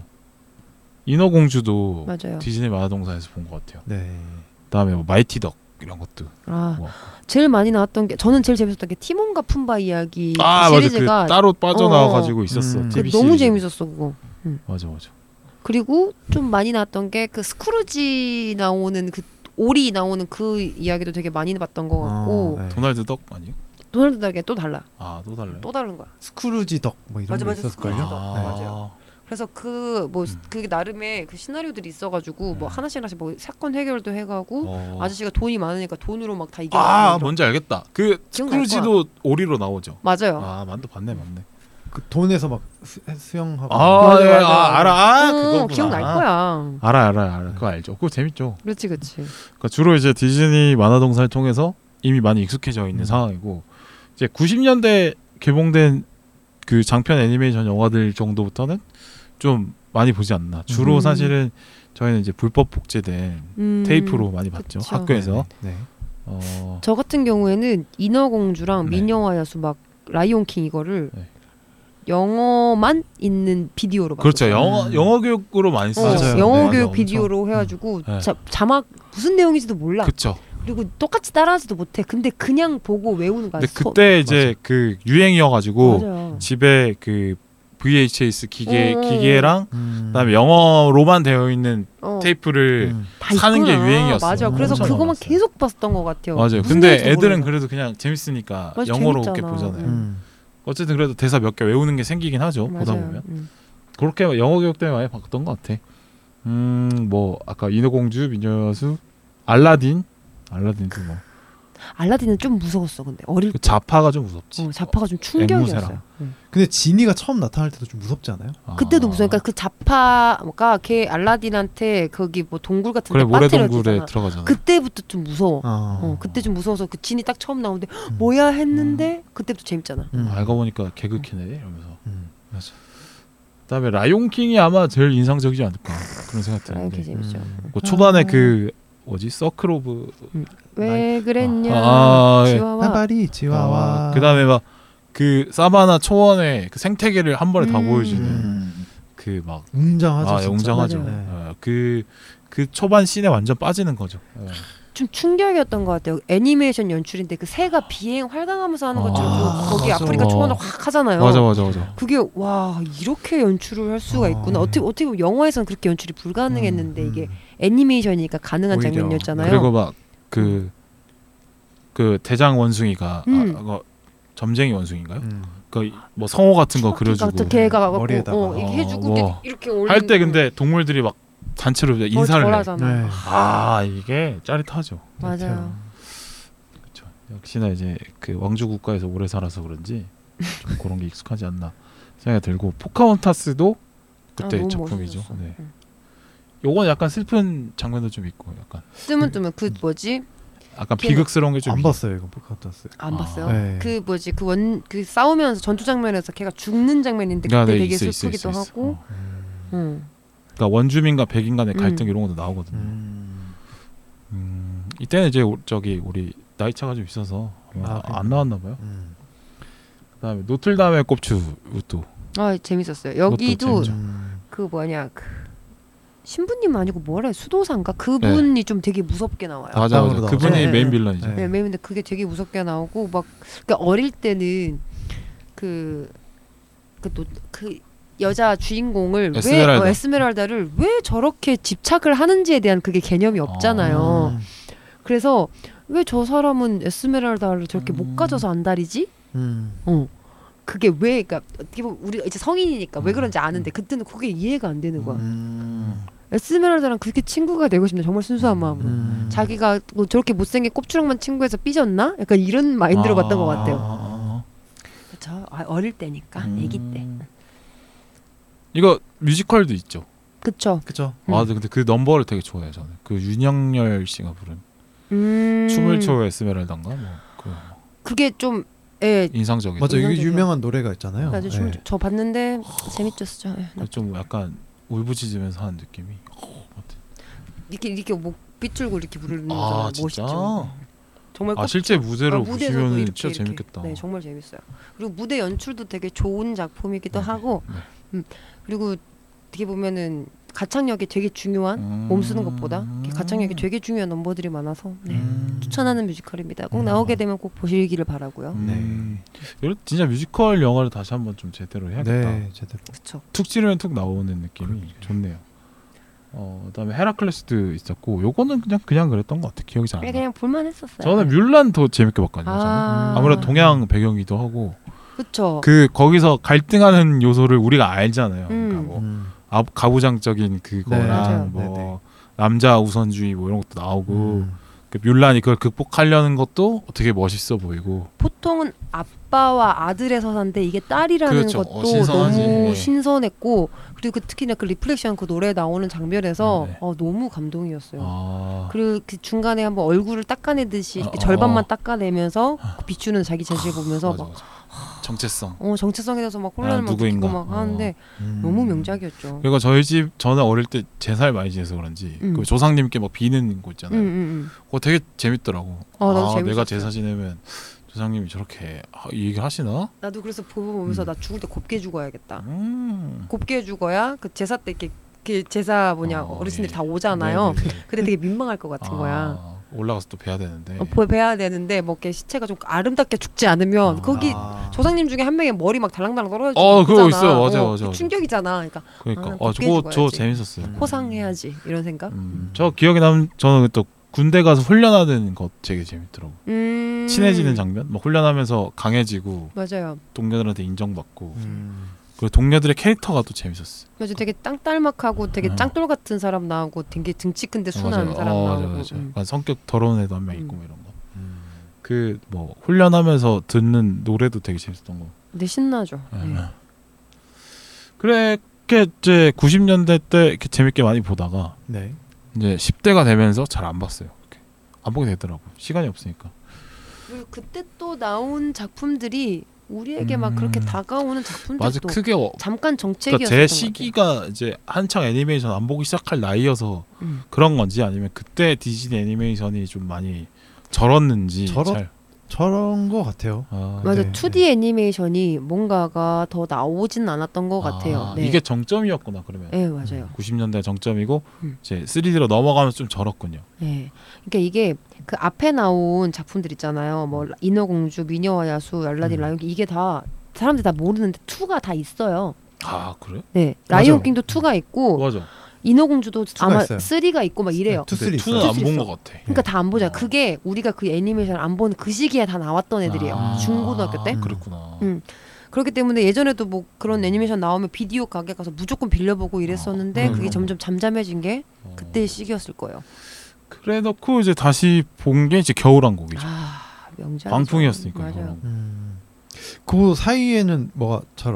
B: 인어공주도
C: 맞아요.
B: 디즈니 만화동산에서 본 것 같아요.
D: 네.
B: 그다음에 뭐 마이티덕 이런 것도
C: 아,
B: 뭐.
C: 제일 많이 나왔던 게 저는 제일 재밌었던 게 티몬과 푼바 이야기
B: 아 맞아
C: 그
B: 그
C: 시리즈가
B: 따로 빠져나와 가지고
D: 어.
B: 있었어
D: 음.
B: TV
C: 그 너무
B: 시리즈.
C: 재밌었어 그거.
B: 맞아 맞아
C: 그리고 좀 많이 나왔던 게 그 스크루지 나오는 그 오리 나오는 그 이야기도 되게 많이 봤던 것 같고
D: 아, 네.
B: 도날드 덕 아니요? 네.
C: 도널드 닥에또 달라
B: 아 또 달라요?
C: 또 다른 거야.
D: 스크루지 덕뭐 이런
C: 맞아,
D: 거
C: 맞아,
D: 있었을걸요?
C: 스크루지 덕.
B: 아,
D: 네.
C: 맞아요. 그래서 그 뭐
B: 음.
C: 그게 나름의 그 시나리오들이 있어가지고 뭐 하나씩 하나씩 뭐 사건 해결도 해가고
B: 어.
C: 아저씨가 돈이 많으니까 돈으로 막 다 이겨.
B: 아 뭔지 알겠다 그
C: 기억날 어.
B: 스크루지도 오리로 나오죠
C: 맞아요.
B: 아 맞네 맞네 맞네
D: 그 돈에서 막 수, 수영하고
B: 아,
C: 맞아,
B: 예,
C: 맞아,
B: 아
C: 맞아.
B: 알아 아
C: 어,
B: 그거
C: 기억날 거야.
B: 알아 알아 알아 그거 알죠 그거 재밌죠
C: 그렇지 그렇지.
B: 그러니까 주로 이제 디즈니 만화동산을 통해서 이미 많이 익숙해져 있는
D: 음.
B: 상황이고 이제 90년대 개봉된 그 장편 애니메이션 영화들 정도부터는 좀 많이 보지 않나 주로
C: 음.
B: 사실은 저희는 이제 불법 복제된
C: 음,
B: 테이프로 많이 봤죠
C: 그쵸.
B: 학교에서
D: 네. 네.
B: 어,
C: 저 같은 경우에는 인어공주랑
B: 네.
C: 미녀와 야수 막 라이온킹 이거를
B: 네.
C: 영어만 있는 비디오로
B: 그렇죠
C: 봤어요.
B: 영어
D: 음.
B: 영어 교육으로 많이
C: 어,
B: 쓰죠
D: 맞아요.
C: 영어
D: 네,
C: 교육
B: 엄청.
C: 비디오로 해가지고
B: 네.
C: 자, 자막 무슨 내용인지도 몰라.
B: 그쵸
C: 그리고 똑같이 따라하지도 못해. 근데 그냥 보고 외우는 거야.
B: 근데
C: 소-
B: 그때 이제 그 유행이어가지고
C: 맞아요.
B: 집에 그 VHS 기계
C: 음.
B: 기계랑
D: 음.
B: 그다음에 영어로만 되어 있는
C: 어,
B: 테이프를
D: 음.
C: 다
B: 사는 게
C: 있구나.
B: 유행이었어.
C: 맞아. 그래서
D: 엄청
C: 그거만
B: 많았어요.
C: 계속 봤던 것 같아요.
B: 맞아요.
C: 무슨
B: 근데
C: 내용인지
B: 애들은
C: 모르겠어.
B: 그래도 그냥 재밌으니까
C: 맞아,
B: 영어로 이렇게
C: 재밌잖아.
B: 보잖아요.
C: 음.
D: 음.
B: 어쨌든 그래도 대사 몇 개 외우는 게 생기긴 하죠. 보다
C: 맞아요.
B: 보면
C: 음.
B: 그렇게 영어 교육 때문에 많이 바꿨던 것 같아. 음 뭐 아까 인어공주, 미녀수, 알라딘, 알라딘도 뭐
C: 알라딘은 좀 무서웠어 근데 어릴
B: 그
C: 때
B: 자파가 좀 무섭지.
C: 어, 자파가 좀 충격이었어요.
B: 앵무새랑.
C: 응.
D: 근데 지니가 처음 나타날 때도 좀 무섭지 않아요?
B: 아.
C: 그때도 무서우니까 그 자파가 걔 알라딘한테 거기 뭐 동굴 같은
B: 그래
C: 데
B: 모래동굴에
C: 빠뜨려주잖아.
B: 들어가잖아.
C: 그때부터 좀 무서워.
D: 아.
C: 어, 그때 좀 무서워서 그 진이 딱 처음 나오는데 헉,
D: 음.
C: 뭐야 했는데 그때부터 재밌잖아.
D: 음.
B: 알고 보니까 개그캐네 이러면서.
D: 음.
B: 맞아. 그다음에 라이온킹이 아마 제일 인상적이지 않을까 그런 생각
C: 이렇게
B: 드는데.
C: 재밌죠.
D: 음.
B: 그
C: 아.
B: 초반에 그 뭐지 서클 오브
C: 왜 그랬냐?
B: 아, 예.
C: 지와와.
D: 사바리 지와와.
B: 아, 그다음에 막 그 사바나 초원의 그 생태계를 한 번에 다
C: 음.
B: 보여주는
D: 음. 네.
B: 그 막
D: 웅장하죠.
B: 아
D: 진짜.
B: 영장하죠.
D: 맞아요.
B: 그그 초반 씬에 완전 빠지는 거죠. 예.
C: 좀 충격이었던 것 같아요. 애니메이션 연출인데 그 새가 비행 활강하면서 하는 것처럼
D: 아,
C: 거기
D: 맞아.
C: 아프리카
B: 어.
C: 초원을 확 하잖아요.
B: 맞아 맞아 맞아.
C: 그게 와 이렇게 연출을 할 수가
D: 아,
C: 있구나.
D: 음.
C: 어떻게 어떻게 보면 영화에서는 그렇게 연출이 불가능했는데
D: 음,
C: 이게
D: 음.
C: 애니메이션이니까 가능한
D: 오히려. 음.
C: 장면이었잖아요.
B: 그리고 막 그 그 대장 원숭이가
C: 음.
B: 아, 그거 점쟁이 원숭인가요?
D: 음.
B: 그 뭐 성호 같은 거 그려주고
C: 같은 개가 가고
D: 머리에다가.
C: 어, 이렇게 해주고
B: 어,
C: 이렇게-
B: 와.
C: 이렇게 올리는
B: 할 때 근데 동물들이 막 단체로
C: 어,
B: 이제 인사를 해.
C: 절하잖아.
D: 네.
B: 아 이게 짜릿하죠.
C: 맞아요.
B: 그렇죠. 역시나 이제 그 왕조 국가에서 오래 살아서 그런지 좀 그런 게 익숙하지 않나 생각이 들고 포카혼타스도 그때
C: 아, 너무
B: 작품이죠.
C: 멋있었어. 음.
B: 네.
C: 응.
B: 요건 약간 슬픈 장면도 좀 있고 약간
C: 뜨문뜨문 그 뭐지
B: 약간
C: 걔는-
B: 비극스러운 게 좀
D: 안
B: 있고.
D: 봤어요 이거 포카타스.
C: 안
B: 아.
C: 봤어요?
D: 네.
C: 그 뭐지 그 원 그 싸우면서 전투 장면에서 걔가 죽는 장면인데 그때
B: 아, 네,
C: 되게
B: 있어, 있어,
C: 슬프기도
B: 있어, 있어.
C: 하고
B: 어.
D: 음.
C: 음.
B: 그러니까 원주민과 백인 간의
C: 음.
B: 갈등 이런 것도 나오거든요.
D: 음.
B: 음, 이때는 이제 우- 저기 우리 나이 차가 좀 있어서
D: 아,
B: 아,
D: 그래요?
B: 안 나왔나 봐요.
D: 음.
B: 그다음에 노틀담의 꼽추 또
C: 아 재밌었어요. 여기도
B: 재밌죠.
D: 음.
C: 그 뭐냐 그 신부님 아니고 뭐래 수도사인가 그분이 좀 되게 무섭게 나와요.
B: 네. 맞아 맞아.
D: 나오죠.
B: 그분이
C: 네,
B: 메인
D: 네.
B: 빌런이죠.
D: 네.
C: 네, 매운데 그게 되게 무섭게 나오고 막 그러니까 어릴 때는 그 그, 노, 그 여자 주인공을
B: 에스메랄다.
C: 왜 어, 에스메랄다를 왜 저렇게 집착을 하는지에 대한 그게 개념이 없잖아요.
D: 음.
C: 그래서 왜 저 사람은 에스메랄다를 저렇게
B: 음.
C: 못 가져서 안달이지?
D: 음.
C: 어. 그게 왜 그러니까 어떻게 보면 우리가 이제 성인이니까
B: 음.
C: 왜 그런지 아는데 그때는 그게 이해가 안 되는 거야.
D: 음.
C: 에스메랄다랑 그렇게 친구가 되고 싶네. 정말 순수한 마음으로.
D: 음.
C: 자기가 뭐 저렇게 못생긴 꼽추랑만 친구해서 삐졌나? 약간 이런 마인드로 봤던 것 같아요.
B: 같아요.
C: 저 아, 어릴 때니까
B: 음.
C: 아기 때.
B: 이거 뮤지컬도 있죠.
C: 그쵸.
D: 그죠.
C: 음.
B: 아 근데 그 넘버를 되게 좋아해요 저는. 그 윤영열 씨가 부른
C: 음.
B: 춤을 춰요 에스메랄다인가 뭐 그,
C: 그게 좀 예.
B: 인상적이죠.
D: 맞아 이게
C: 인상적이야.
D: 유명한 노래가
B: 예.
D: 있잖아요.
C: 나도 춤을
D: 네.
C: 춰- 저 봤는데 재밌었죠. 예. 나
B: 좀 약간 울부짖으면서 하는 느낌이. 어, 어때?
C: 이렇게 이렇게 목 삐뚤고 이렇게 부르는
B: 아
C: 거잖아.
B: 진짜.
C: 음, 멋있죠. 정말
B: 아
C: 꼽-
B: 실제 무대로
C: 아, 무대에서도
B: 보시면
C: 이렇게,
B: 진짜
C: 이렇게.
B: 재밌겠다.
C: 네, 정말 재밌어요. 그리고 무대 연출도 되게 좋은 작품이기도
B: 네,
C: 하고,
B: 네.
C: 음, 그리고 어떻게 보면은 가창력이 되게 중요한
B: 음.
C: 몸 쓰는 것보다 이렇게 가창력이 되게 중요한 넘버들이 많아서 네.
B: 음.
C: 추천하는 뮤지컬입니다. 꼭
D: 음.
C: 나오게 되면 꼭 보시기를 바라고요.
B: 음.
D: 네.
B: 이런 진짜 뮤지컬 영화를 다시 한번 좀 제대로 해야겠다.
D: 네, 제대로.
C: 그렇죠.
B: 툭 찌르면 툭 나오는 느낌이 좋네요. 어, 그다음에 헤라클레스도 있었고 요거는 그냥 그냥 그랬던 것 같아. 기억이 잘 안 나.
C: 그냥 볼만했었어요.
B: 음. 저는 뮬란 더 재밌게 봤거든요. 저는. 음.
C: 아...
B: 아무래도 동양 배경이기도 하고
C: 그렇죠.
B: 그 거기서 갈등하는 요소를 우리가 알잖아요. 그러니까
C: 음.
B: 뭐
D: 음.
B: 아, 가부장적인
D: 네, 맞아요.
B: 그거랑 뭐
D: 네네.
B: 남자 우선주의 뭐 이런 것도 나오고
D: 음.
B: 그 뮬란이 그걸 극복하려는 것도 어떻게 멋있어 보이고
C: 보통은 아빠와 아들의 서사인데 이게 딸이라는
B: 그렇죠. 어,
C: 것도
B: 신선하지.
C: 너무
B: 네.
C: 신선했고 그리고 그 특히나 그 리플렉션 그 노래 나오는 장면에서
B: 네, 네.
C: 어, 너무 감동이었어요.
B: 아,
C: 그리고 그 중간에 한번 얼굴을 닦아내듯이 이렇게
B: 어,
C: 절반만
B: 어.
C: 닦아내면서 그 비추는 자기 자신을 보면서
B: 맞아,
C: 막
B: 맞아. 정체성
C: 어, 정체성에 대해서 막
B: 아,
C: 혼란을 막 느끼고
B: 누구인가?
C: 막
B: 어.
C: 하는데
D: 음.
C: 너무 명작이었죠.
B: 그리고 저희 집 저는 어릴 때 제사를 많이 지내서 그런지
C: 음.
B: 그 조상님께 막 비는 거
C: 음,
B: 있잖아요.
C: 음, 음.
B: 그거 되게 재밌더라고.
C: 아, 나도 재밌었어.
B: 내가 제사 지내면 조상님이 저렇게 하- 이 얘기를 하시나?
C: 나도 그래서 보고 보면서
B: 음.
C: 나 죽을 때 곱게 죽어야겠다.
B: 음.
C: 곱게 죽어야 그 제사 때 이렇게 그 제사 뭐냐
B: 어,
C: 어, 르신들이
B: 예.
C: 다 오잖아요.
B: 네네네.
C: 근데 되게 민망할 것 [laughs] 같은
B: 아, 예.
C: 거야.
B: 올라가서 또 뵈야 되는데.
C: 어, 보- 뵈야 되는데 뭐 이렇게 시체가 좀 아름답게 죽지 않으면
B: 아.
C: 거기
D: 아.
C: 조상님 중에 한 명의 머리 막 달랑달랑 떨어지고
B: 어, 그거
C: 그러잖아.
B: 있어요. 맞아요,
C: 어,
B: 맞아요, 맞아요.
C: 충격이잖아. 그러니까
B: 그러니까
C: 아,
B: 어,
C: 곱게
B: 저거 저
C: 죽어야지.
B: 재밌었어요.
D: 음.
C: 포상해야지 이런 생각.
B: 음. 저 기억에 남 저는 그 또 군대 가서 훈련하는 것 되게 재밌더라고.
C: 음.
B: 친해지는 장면? 막 훈련하면서 강해지고
C: 맞아요.
B: 동료들한테 인정받고
D: 음.
B: 그리고 동료들의 캐릭터가 또 재밌었어.
C: 맞아 되게 땅딸막하고 되게
B: 음.
C: 짱돌 같은 사람 나오고 되게 등치 큰데 순한
B: 맞아요.
C: 사람
B: 어,
C: 나오고.
B: 맞아, 맞아.
C: 음.
B: 약간 성격 더러운 애도 한 명 있고
C: 음.
B: 뭐 이런 거.
D: 음.
B: 그 뭐 훈련하면서 듣는 노래도 되게 재밌었던 거.
C: 근데 신나죠.
B: 예.
C: 네.
B: 그렇게 이제 90년대 때 이렇게 재밌게 많이 보다가
D: 네.
B: 이제 10대가 되면서 잘 안 봤어요. 이렇게. 안 보게 되더라고. 시간이 없으니까.
C: 그리고 그때 또 나온 작품들이 우리에게
B: 음.
C: 막 그렇게 다가오는 작품들도
B: 맞아 크게 어,
C: 잠깐 정책이었던
B: 그러니까 제
C: 것
B: 시기가 이제 한창 애니메이션 안 보기 시작할 나이여서
C: 같아요. 음.
B: 그런 건지 아니면 그때 디즈니 애니메이션이 좀 많이 절었는지
D: 절었-
B: 잘.
D: 저런 거 같아요.
B: 아,
C: 맞아
D: 네,
C: 2D 애니메이션이 뭔가가 더 나오진 않았던 것 같아요.
B: 아,
C: 네.
B: 이게 정점이었구나 그러면.
C: 네 맞아요.
B: 90년대 정점이고
C: 음.
B: 이제 3D로 넘어가면서 좀 절었군요.
C: 예. 그러니까 이게 그 앞에 나온 작품들 있잖아요. 뭐 인어공주, 미녀와 야수, 알라딘,
B: 음.
C: 라이온 킹 이게 다 사람들이 다 모르는데 2가 다 있어요.
B: 아 그래?
C: 네. 라이온
D: 맞아.
C: 킹도 2가 있고
B: 맞아.
C: 인어공주도
D: 2가
C: 아마
D: 있어요.
C: 3가 있고 막 이래요.
D: 투 쓰리 있어요.
B: 투는 안
C: 어, 투쓰리
B: 본
C: 있어.
B: 것 같아.
C: 그러니까 다 안 보잖아요.
B: 어.
C: 그게 우리가 그 애니메이션 안 본 그 시기에 다 나왔던 애들이에요.
B: 아,
C: 중고등학교 때.
D: 음.
B: 그렇구나.
C: 음. 그렇기 때문에 예전에도 뭐 그런 애니메이션 나오면 비디오 가게 가서 무조건 빌려보고 이랬었는데
B: 음.
C: 그게 점점 잠잠해진 게
B: 어.
C: 그때의 시기였을 거예요.
B: 그래놓고 이제 다시 본 게 이제 겨울왕국이죠.
C: 아 명작.
B: 광풍이었으니까.
C: 맞아요.
B: 겨울왕국.
D: 음. 그 사이에는 뭐가 잘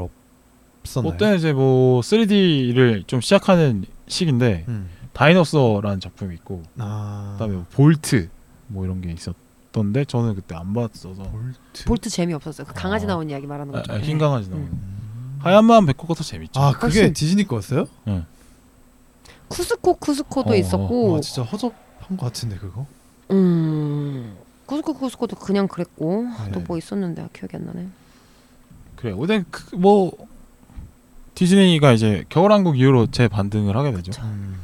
D: 없었나요?
B: 그때 이제 뭐 3D를 좀 시작하는 시기인데
D: 음.
B: 다이너서라는 작품이 있고
D: 아.
B: 그다음에 뭐 볼트 뭐 이런 게 있었던데 저는 그때 안 봤어서
D: 볼트.
C: 볼트 재미 없었어요. 그 강아지
B: 어.
C: 나온 이야기 말하는
B: 아,
C: 거죠.
B: 아, 흰 강아지 나오는
C: 음.
D: 음.
B: 하얀마음 백호가 더 재밌죠.
D: 아 그게
C: 훨씬-
D: 디즈니 거였어요?
C: 네. 쿠스코 쿠스코도
B: 어,
C: 있었고,
D: 와 진짜 허접한 것 같은데 그거.
C: 음 쿠스코 쿠스코도 그냥 그랬고
B: 아,
D: 네.
C: 또 뭐 있었는데 기억이 안 나네.
B: 그래. 근데 그, 뭐 디즈니가 이제 겨울왕국 이후로 재반등을 하게 되죠.
D: 음.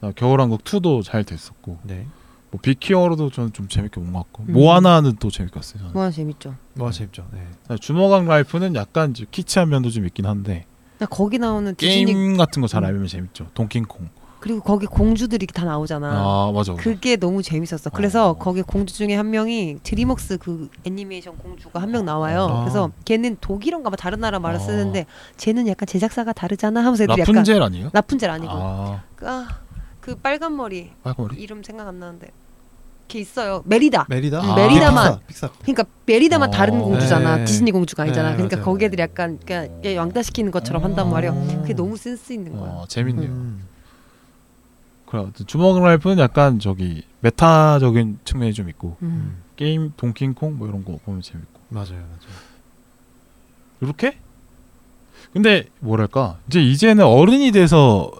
B: 아, 겨울왕국 2도 잘 됐었고
D: 네.
B: 뭐 빅히어로도 저는 좀 재밌게 본 것 같고
C: 음. 뭐.
B: 모아나는 또 재밌게 봤어요. 저는.
C: 와 재밌죠.
D: 와 재밌죠. 네.
B: 아, 주먹왕 라이프는 약간 좀 키치한 면도 좀 있긴 한데
C: 나 거기 나오는 디즈니
B: 게임 같은 거 잘
C: 음.
B: 알면 재밌죠. 동킹콩.
C: 그리고 거기 공주들이 다 나오잖아.
B: 아, 맞아. 맞아.
C: 그게 너무 재밌었어. 그래서
B: 어.
C: 거기 공주 중에 한 명이 드림웍스 그 애니메이션 공주가 한 명 나와요.
D: 아.
C: 그래서 걔는 독일어인가 봐 다른 나라 말을
B: 아.
C: 쓰는데 쟤는 약간 제작사가 다르잖아 하면서 애들이 약간
B: 라푼젤 아니에요?
C: 라푼젤 아니고
B: 아,
C: 아, 그 빨간 머리
B: 빨간머리.
C: 이름 생각 안 나는데 걔 있어요. 음, 메리다.
D: 메리다.
B: 아.
C: 메리다만.
D: 픽사. 픽사.
C: 그러니까 메리다만
B: 어.
C: 다른 공주잖아.
D: 네.
C: 디즈니 공주가 아니잖아.
D: 네,
C: 그러니까
D: 맞아요.
C: 거기 애들이 약간 그러니까 얘 왕따 시키는 것처럼 한단 말이야. 그게 너무 센스 있는 거야.
B: 어, 재밌네요.
D: 음.
B: 그래 아무튼 주먹 라이프는 약간 저기 메타적인 측면이 좀 있고
C: 음.
B: 게임 동킹콩 뭐 이런 거 보면 재밌고
D: 맞아요, 맞아요.
B: 이렇게? 근데 뭐랄까 이제 이제는 어른이 돼서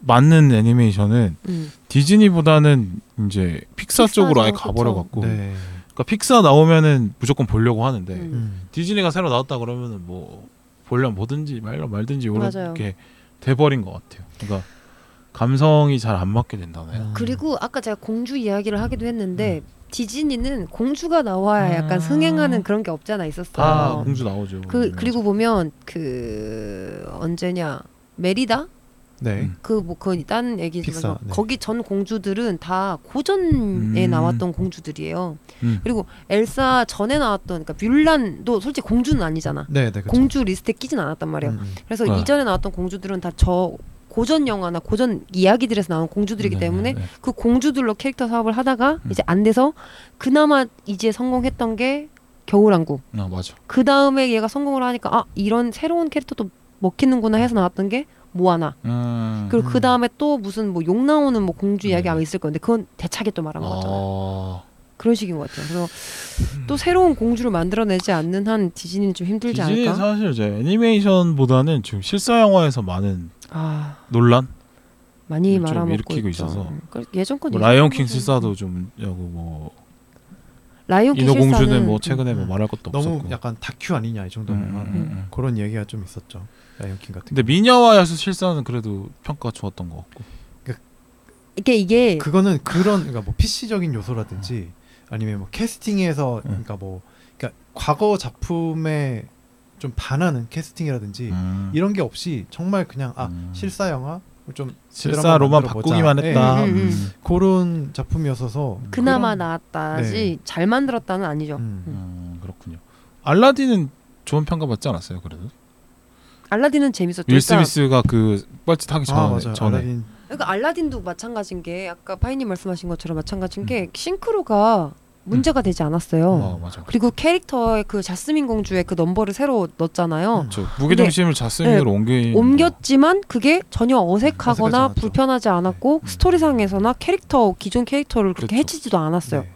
B: 맞는 애니메이션은
C: 음.
B: 디즈니보다는 이제 픽사,
C: 픽사죠,
B: 쪽으로 아예
C: 그쵸.
B: 가버려갖고
D: 네.
B: 그러니까 픽사 나오면은 무조건 보려고 하는데
C: 음.
D: 음.
B: 디즈니가 새로 나왔다 그러면은 뭐 보려면 뭐든지 말려 말든지
C: 맞아요.
B: 이렇게 돼버린 것 같아요. 그러니까 감성이 잘 안 맞게 된다나요?
D: 음.
C: 그리고 아까 제가 공주 이야기를 하기도 했는데
B: 음.
C: 디즈니는 공주가 나와야 약간 흥행하는 그런 게 없잖아 있었어요.
B: 다 공주 나오죠.
C: 그 그리고 보면 그 언제냐 메리다
D: 네.
B: 음.
C: 그 뭐 그건 딴 얘기지만
D: 픽사, 네.
C: 거기 전 공주들은 다 고전에
B: 음.
C: 나왔던 공주들이에요.
B: 음.
C: 그리고 엘사 전에 나왔던 그러니까 뮬란도 솔직히 공주는 아니잖아.
D: 네, 네. 그렇죠.
C: 공주 리스트에 끼진 않았단 말이야.
D: 음, 음.
C: 그래서
B: 네.
C: 이전에 나왔던 공주들은 다 저 고전 영화나 고전 이야기들에서 나온 공주들이기
B: 네,
C: 때문에
B: 네, 네.
C: 그 공주들로 캐릭터 사업을 하다가
B: 음.
C: 이제 안 돼서 그나마 이제 성공했던 게 겨울왕국.
B: 아 맞아.
C: 그 다음에 얘가 성공을 하니까 아 이런 새로운 캐릭터도 먹히는구나 해서 나왔던 게 모아나.
B: 음.
C: 그리고
D: 음.
C: 그 다음에 또 무슨 뭐 욕 나오는 뭐 공주 이야기
B: 음.
C: 아마 있을 건데 그건 대차게 또 말한 거잖아요.
B: 아,
C: 그런 식인 것 같아요. 그래서 또 새로운 공주를 만들어내지 않는 한 디즈니는 좀 힘들지
B: 디즈니
C: 않을까.
B: 사실 이제 애니메이션보다는 지금 실사 영화에서 많은
C: 아
B: 논란,
C: 많이
B: 좀
C: 말아먹고
B: 일으키고
C: 있죠.
B: 있어서.
C: 음. 그 예전 건
B: 뭐 라이온킹
C: 예전
B: 실사도 좀 하고 뭐
C: 라이온 킹
B: 인어공주는
C: 실사는 네.
B: 뭐 최근에 뭐 말할 것도
D: 너무
B: 없었고.
D: 약간 다큐 아니냐 이
B: 음, 음,
D: 정도면
B: 음, 음.
D: 그런 얘기가 좀 있었죠. 라이온킹 같은.
B: 근데 미녀와 야수 실사는 그래도 평가 좋았던 것 같고.
C: 이게 이게
D: 그거는 그런 그러니까 뭐 PC적인 요소라든지 아니면 뭐
B: 음.
D: 캐스팅에서 그러니까 뭐 그러니까 과거 작품에 좀 반하는 캐스팅이라든지
B: 음.
D: 예. 이런 게 없이 정말 그냥 아
B: 음.
D: 실사 영화 좀
B: 실사로만
D: 만들어보자. 네.
B: 바꾸기만 했다.
C: 예, 예, 예.
B: 음.
D: 그런 작품이었어서
C: 그나마
D: 그런-
C: 나았다지 잘 만들었다는 아니죠.
D: 음.
B: 음, 그렇군요. 알라딘은 좋은 평가 받지 않았어요, 그래도.
C: 알라딘은 재밌었죠.
B: 윌
C: 일단
B: 스미스가 그 뻘짓 하기
D: 아
B: 전에
D: 맞아요.
B: 전에
D: 알라딘
C: 그러니까 알라딘도 마찬가지인 게 아까 파이님 말씀하신 것처럼 마찬가지인 게 싱크로가 문제가 되지 않았어요.
B: 어 맞아.
C: 그리고 캐릭터의 그 자스민 공주의 그 넘버를 새로 넣었잖아요.
D: 음.
B: 저 무게 중심을 자스민으로 옮긴
C: 네,
B: 뭐
C: 옮겼지만 그게 전혀 어색하거나
D: 어색하지 않았죠.
C: 불편하지 않았고
B: 음.
C: 스토리상에서나 캐릭터 기존 캐릭터를 그렇게
B: 그렇죠.
C: 해치지도 않았어요.
D: 네.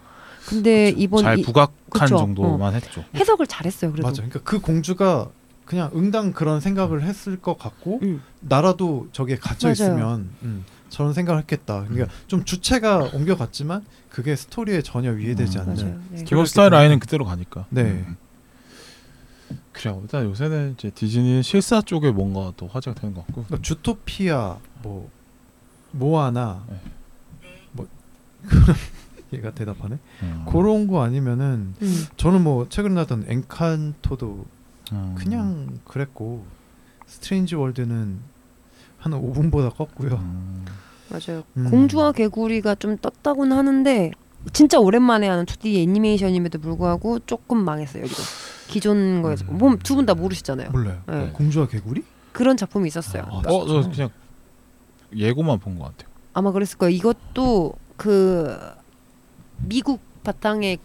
C: 근데
B: 거.
C: 이번
B: 잘
C: 이,
B: 부각한
C: 그쵸. 어.
B: 정도만 했죠.
C: 해석을 잘했어요. 그래도
D: 맞아. 그러니까 그 공주가 그냥 응당 그런 생각을 했을 것 같고
C: 음.
D: 나라도 저기에 갇혀
C: 맞아요.
D: 있으면 음, 저런 생각을 했겠다. 그러니까 좀 주체가 옮겨갔지만 그게 스토리에 전혀 위해되지
B: 음,
D: 않는.
C: 맞아요. 네.
B: 기본 스타일 라인은 그대로 가니까. 음.
D: 네.
B: 그래요. 일단 요새는 이제 디즈니 실사 쪽에 뭔가 또 화제가 되는 것 같고.
D: 그러니까 주토피아 뭐 모아나
B: 네.
D: 뭐 [laughs] 얘가 대답하네.
B: 음.
D: 그런 거 아니면은
C: 음.
D: 저는 뭐 최근에 나왔던 엔칸토도
B: 음.
D: 그냥 그랬고 스트레인지 월드는 한 5분보다 컸고요.
B: 음.
C: 맞아요.
D: 음.
C: 공주와 개구리가 좀 떴다고는 하는데 진짜 오랜만에 하는 2D 애니메이션임에도 불구하고 조금 망했어요. 여기도 기존 거에서 두 분 다 모르시잖아요.
D: 몰라요.
C: 네.
D: 공주와 개구리?
C: 그런 작품이 있었어요.
D: 아,
B: 어, 저
D: 진짜?
B: 그냥 예고만 본 것 같아요.
C: 아마 그랬을 거예요. 이것도 그 미국 바탕의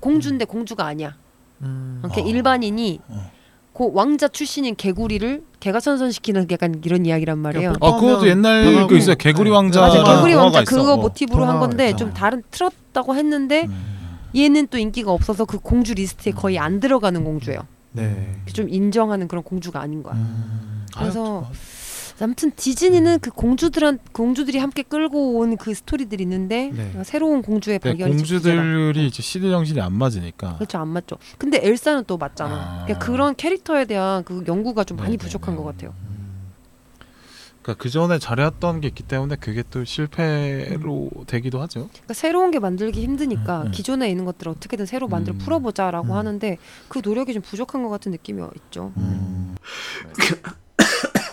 C: 공주인데 공주가 아니야.
D: 음.
C: 이렇게
B: 어.
C: 일반인이
B: 어.
C: 그 왕자 출신인 개구리를 개가천선시키는 약간 이런 이야기란 말이에요.
D: 그러니까
B: 아, 그것도 옛날
D: 변하고.
B: 그 있어요. 개구리
D: 네.
B: 왕자.
C: 맞아,
D: 아,
C: 개구리 왕자 그거
B: 있어. 뭐.
C: 모티브로 한
D: 동화가
C: 건데
D: 있잖아.
C: 좀 다른 틀었다고 했는데
B: 음.
C: 얘는 또 인기가 없어서 그 공주 리스트에 거의 안 들어가는 공주예요.
D: 네.
C: 좀 인정하는 그런 공주가 아닌 거야.
B: 음.
C: 그래서 아무튼 디즈니는 그 공주들한 공주들이 함께 끌고 온 그 스토리들이 있는데 어,
D: 네.
C: 새로운 공주의
B: 근데
C: 발견이 집중되다.
B: 공주들이 이제 시대 정신이 안 맞으니까.
C: 그렇죠 안 맞죠. 근데 엘사는 또 맞잖아.
B: 아.
C: 그러니까 그런 캐릭터에 대한 그 연구가 좀 많이
B: 네네네.
C: 부족한 것 같아요.
D: 음.
B: 그러니까 그 전에 잘해왔던 게 있기 때문에 그게 또 실패로 되기도 하죠.
C: 그러니까 새로운 게 만들기 힘드니까
B: 음, 음.
C: 기존에 있는 것들을 어떻게든 새로 만들어
B: 음.
C: 풀어보자라고
D: 음.
C: 하는데 그 노력이 좀 부족한 것 같은 느낌이 있죠.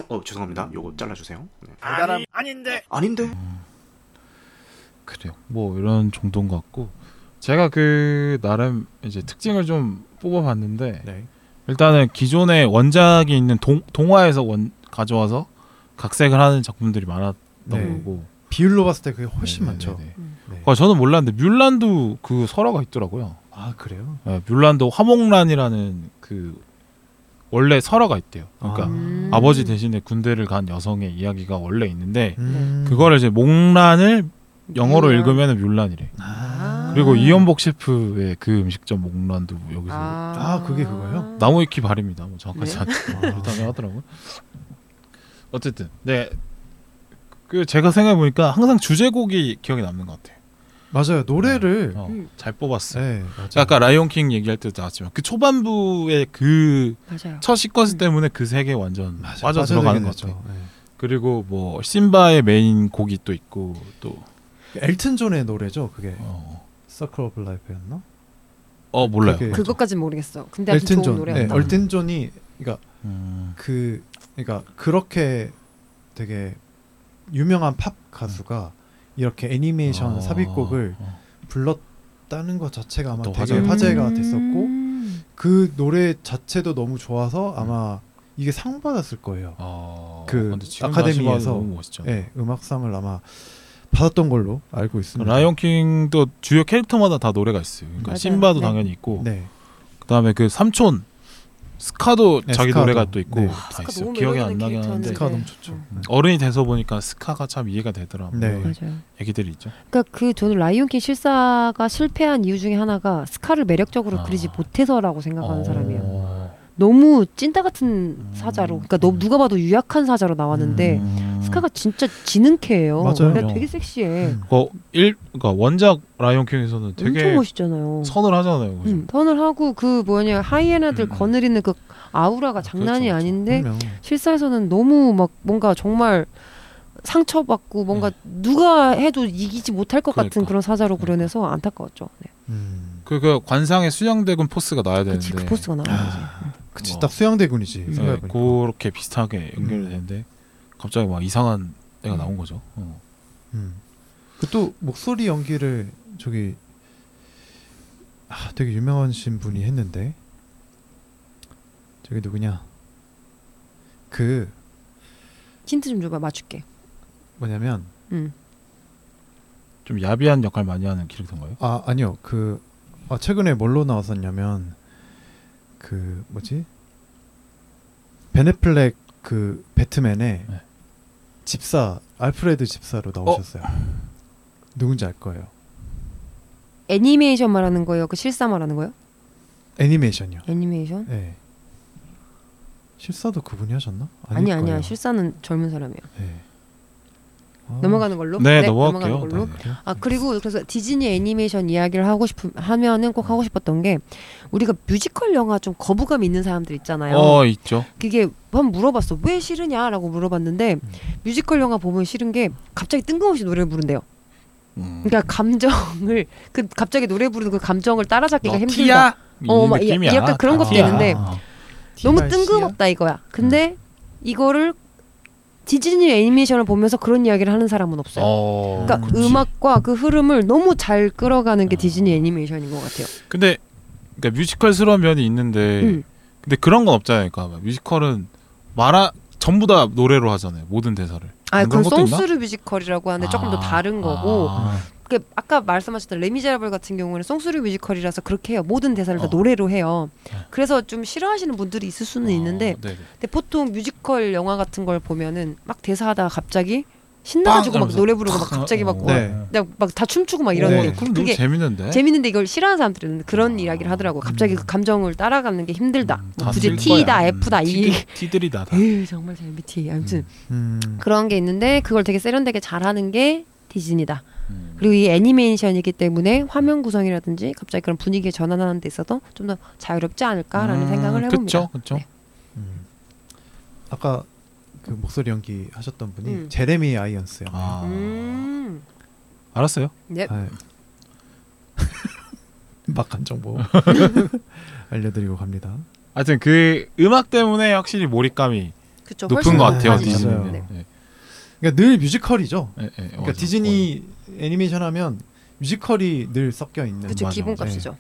A: 어 죄송합니다. 요거 잘라주세요. 네.
E: 아니, 아닌데.
A: 아닌데.
B: 그래요. 뭐 이런 정도인 것 같고 제가 그 나름 이제 특징을 좀 뽑아봤는데
D: 네.
B: 일단은 기존에 원작이 있는 동, 동화에서 원, 가져와서 각색을 하는 작품들이 많았던
D: 네.
B: 거고
D: 비율로 봤을 때 그게 훨씬
B: 네,
D: 많죠.
B: 네, 네, 네.
D: 네.
B: 아, 저는 몰랐는데 뮬란도 그 설화가 있더라고요.
D: 아 그래요?
B: 예, 뮬란도 화목란이라는 그 원래 설화가 있대요. 그러니까
C: 음.
B: 아버지 대신에 군대를 간 여성의 이야기가 원래 있는데
D: 음.
B: 그거를 이제 목란을 영어로
C: 음.
B: 읽으면 율란이래.
D: 아.
B: 그리고
C: 아.
B: 이연복 셰프의 그 음식점 목란도 여기서
D: 아, 그게 그거예요?
B: 나무위키 발음이다. 뭐 정확하지
C: 네.
B: 않
D: 아.
B: 그렇다고 하더라고. 요 어쨌든 네. 그 제가 생각해 보니까 항상 주제곡이 기억에 남는 것 같아요.
D: 맞아요. 노래를
B: 어,
C: 음.
B: 잘 뽑았어요.
D: 네, 맞아요.
B: 아까 라이온킹 얘기할 때도 나왔지만 그 초반부의 그 첫
C: 맞아요. 음.
B: 시퀀스 때문에 그 세계 완전
D: 맞아요.
B: 빠져 들어가는 것
D: 빠져들게
B: 같아요.
D: 되죠. 네.
B: 그리고 뭐 심바의 메인 곡이 또 있고 또
D: 엘튼 존의 노래죠. 그게
B: 어,
D: Circle of Life였나?
B: 어, 몰라요.
D: 그게-
C: 그것까지는 모르겠어. 근데 아주
D: 네, 엘튼
C: 좋은
D: 존. 네,
C: 노래였다.
D: 엘튼 존이 그러니까
B: 음,
D: 그 그러니까 그렇게 되게 유명한 팝 가수가 이렇게 애니메이션
B: 어,
D: 삽입곡을
B: 어.
D: 불렀다는 것 자체가 아마
B: 또
D: 되게
B: 화제가
D: 화제가
C: 음.
D: 됐었고 그 노래 자체도 너무 좋아서 아마 이게 상 받았을 거예요.
B: 아,
D: 그
B: 근데 지금
D: 아카데미에서-
B: 다시 봐도 너무 멋있죠.
D: 네, 음악상을 아마 받았던 걸로 알고 있습니다.
B: 라이온킹도 주요 캐릭터마다 다 노래가 있어요. 그러니까
C: 맞아요.
B: 심바도
C: 네.
B: 당연히 있고
D: 네,
B: 그다음에 그 삼촌 스카도
D: 네,
B: 자기
D: 스카도.
B: 노래가 또 있고
D: 네.
B: 다
C: 스카
B: 있어요.
C: 너무
B: 기억이
C: 매력
B: 안
C: 있는
B: 나긴 하는데
C: 캐릭터였는데.
D: 스카 너무 좋죠.
C: 음.
D: 네.
B: 어른이 돼서 보니까 스카가 참 이해가 되더라고요.
D: 네.
C: 맞아요.
B: 애기들이 있죠.
C: 그러니까 그 저는 라이온킹 실사가 실패한 이유 중에 하나가 스카를 매력적으로
B: 아.
C: 그리지 못해서라고 생각하는
B: 어.
C: 사람이에요. 너무 찐따 같은
B: 음.
C: 사자로, 그러니까 너, 누가 봐도 유약한 사자로 나왔는데
B: 음.
C: 네. 스카가 진짜 지능캐예요.
D: 맞아요.
C: 근데 되게 섹시해.
D: 음.
B: 그일 그러니까 원작 라이온킹에서는
C: 엄청
B: 되게
C: 멋있잖아요.
B: 선을 하잖아요. 그죠?
C: 음, 턴을 하고 그 뭐냐 하이에나들
B: 음.
C: 거느리는 그 아우라가 장난이
B: 그렇죠.
C: 아닌데
D: 분명.
C: 실사에서는 너무 막 뭔가 정말 상처받고 뭔가 누가 해도 이기지 못할 것
B: 네.
C: 같은
B: 그러니까.
C: 그런 사자로 그려내서 안타까웠죠. 네.
D: 음.
B: 그, 그 관상에 수양대군 포스가 나야 되는데
C: 그치 그 포스가 나온 거지.
D: 그치
B: 뭐.
D: 딱 수양대군이지
C: 음.
B: 네,
D: 생각해보니까.
B: 그렇게 비슷하게 연결이
D: 음.
B: 되는데 갑자기 막 이상한 애가 나온 거죠. 어.
D: 음. 그또 목소리 연기를 저기 아, 되게 유명하신 분이 했는데 저기 누구냐 그
C: 힌트 좀 줘봐 맞출게.
D: 뭐냐면
C: 음.
B: 좀 야비한 역할 많이 하는 캐릭터인가요?
D: 아 아니요 그 아, 최근에 뭘로 나왔었냐면 그 뭐지 베네플렉 그 배트맨의
B: 네.
D: 집사 알프레드 집사로 나오셨어요. 누군지 알 거예요.
C: 애니메이션 말하는 거예요? 그 실사 말하는 거예요?
D: 애니메이션이요.
C: 애니메이션?
D: 네. 실사도 그분이 하셨나? 아닐
C: 아니 아니야
D: 거예요.
C: 실사는 젊은 사람이야.
D: 네. 아,
C: 넘어가는 걸로?
B: 네,
C: 넘어가는
B: 넘어갈게요.
C: 걸로.
B: 네.
C: 아 그리고 그래서 디즈니 애니메이션 이야기를 하고 싶 하면은 꼭 하고 싶었던 게 우리가 뮤지컬 영화 좀 거부감 있는 사람들 있잖아요.
B: 어 있죠.
C: 그게 한번 물어봤어. 왜 싫으냐라고 물어봤는데
D: 음.
C: 뮤지컬 영화 보면 싫은 게 갑자기 뜬금없이 노래를 부른대요.
B: 음.
C: 그러니까 감정을 [laughs] 그 갑자기 노래 부르는 그 감정을 따라잡기가 힘들다. 어,
B: 이
C: 막 야-
B: 느낌이야.
C: 약간 그런 것도
B: 티야.
C: 있는데
B: 아,
C: 너무
D: 디발 씨야?
C: 뜬금없다 이거야. 근데 이거를 디즈니 애니메이션을 보면서 그런 이야기를 하는 사람은 없어요.
B: 어,
C: 그러니까
B: 그치.
C: 음악과 그 흐름을 너무 잘 끌어가는 게
B: 음.
C: 디즈니 애니메이션인 것 같아요.
B: 근데 그러니까 뮤지컬스러운 면이 있는데
C: 음.
B: 근데 그런 건 없잖아요. 그러니까 뮤지컬은 말아 전부 다 노래로 하잖아요. 모든 대사를.
C: 아,
B: 그런
C: 그건
B: 것도 있나?
C: 송스르 뮤지컬이라고 하는데 조금 더
B: 아,
C: 다른 거고
B: 아,
C: 그 아까 말씀하셨던 레미제라블 같은 경우는 송스르 뮤지컬이라서 그렇게 해요. 모든 대사를 다
B: 어.
C: 노래로 해요.
B: 네.
C: 그래서 좀 싫어하시는 분들이 있을 수는 있는데
B: 어, 네네.
C: 근데 보통 뮤지컬 영화 같은 걸 보면은 막 대사하다가 갑자기 신나가지고
B: 빵!
C: 막
B: 하면서
C: 노래 부르고 막
B: 탁!
C: 갑자기 막
B: 어,
D: 네.
C: 막다 춤추고 막
B: 이런
C: 이러는
D: 네.
B: 거
C: 게
B: 어, 그럼 너무
C: 그게
B: 재밌는데.
C: 재밌는데 이걸 싫어하는 사람들은 그런
B: 아.
C: 이야기를 하더라고. 갑자기 그
D: 음.
C: 감정을 따라가는 게 힘들다.
B: 음,
C: 뭐
B: 다
C: 굳이
B: 쓸
C: T다,
B: 거야.
C: F다
B: 음,
C: 이
B: 티들- 티들이다. 다.
C: [laughs] 에휴, 정말 잘 MBTI. 아무튼
D: 음.
C: 그런 게 있는데 그걸 되게 세련되게 잘하는 게 디즈니다.
B: 음.
C: 그리고 이 애니메이션이기 때문에 화면 구성이라든지 갑자기 그런 분위기에 전환하는 데 있어서 좀 더 자유롭지 그러니까 않을까라는
B: 음,
C: 생각을 해봅니다.
B: 그쵸, 그쵸.
C: 네.
D: 음. 아까 그 목소리 연기 하셨던 분이
C: 음.
D: 제레미 아이언스요.
B: 아,
C: 음,
B: 알았어요.
C: 네.
D: 아. [laughs] 막간
B: [laughs]
D: 정보 알려드리고 갑니다.
B: 하여튼 그 음악 때문에 확실히 몰입감이
C: 그쵸.
B: 높은
C: 훨씬
B: 것
C: 더
B: 같아요.
C: 많이
D: 디즈니.
B: 디즈니는.
C: 있어요. 네.
B: 네. 네.
D: 그러니까 늘 뮤지컬이죠.
B: 네, 네,
D: 그러니까
B: 맞아.
D: 디즈니 애니메이션 하면 뮤지컬이 늘 섞여 있는
C: 그쵸.
B: 맞아,
C: 기본값이죠.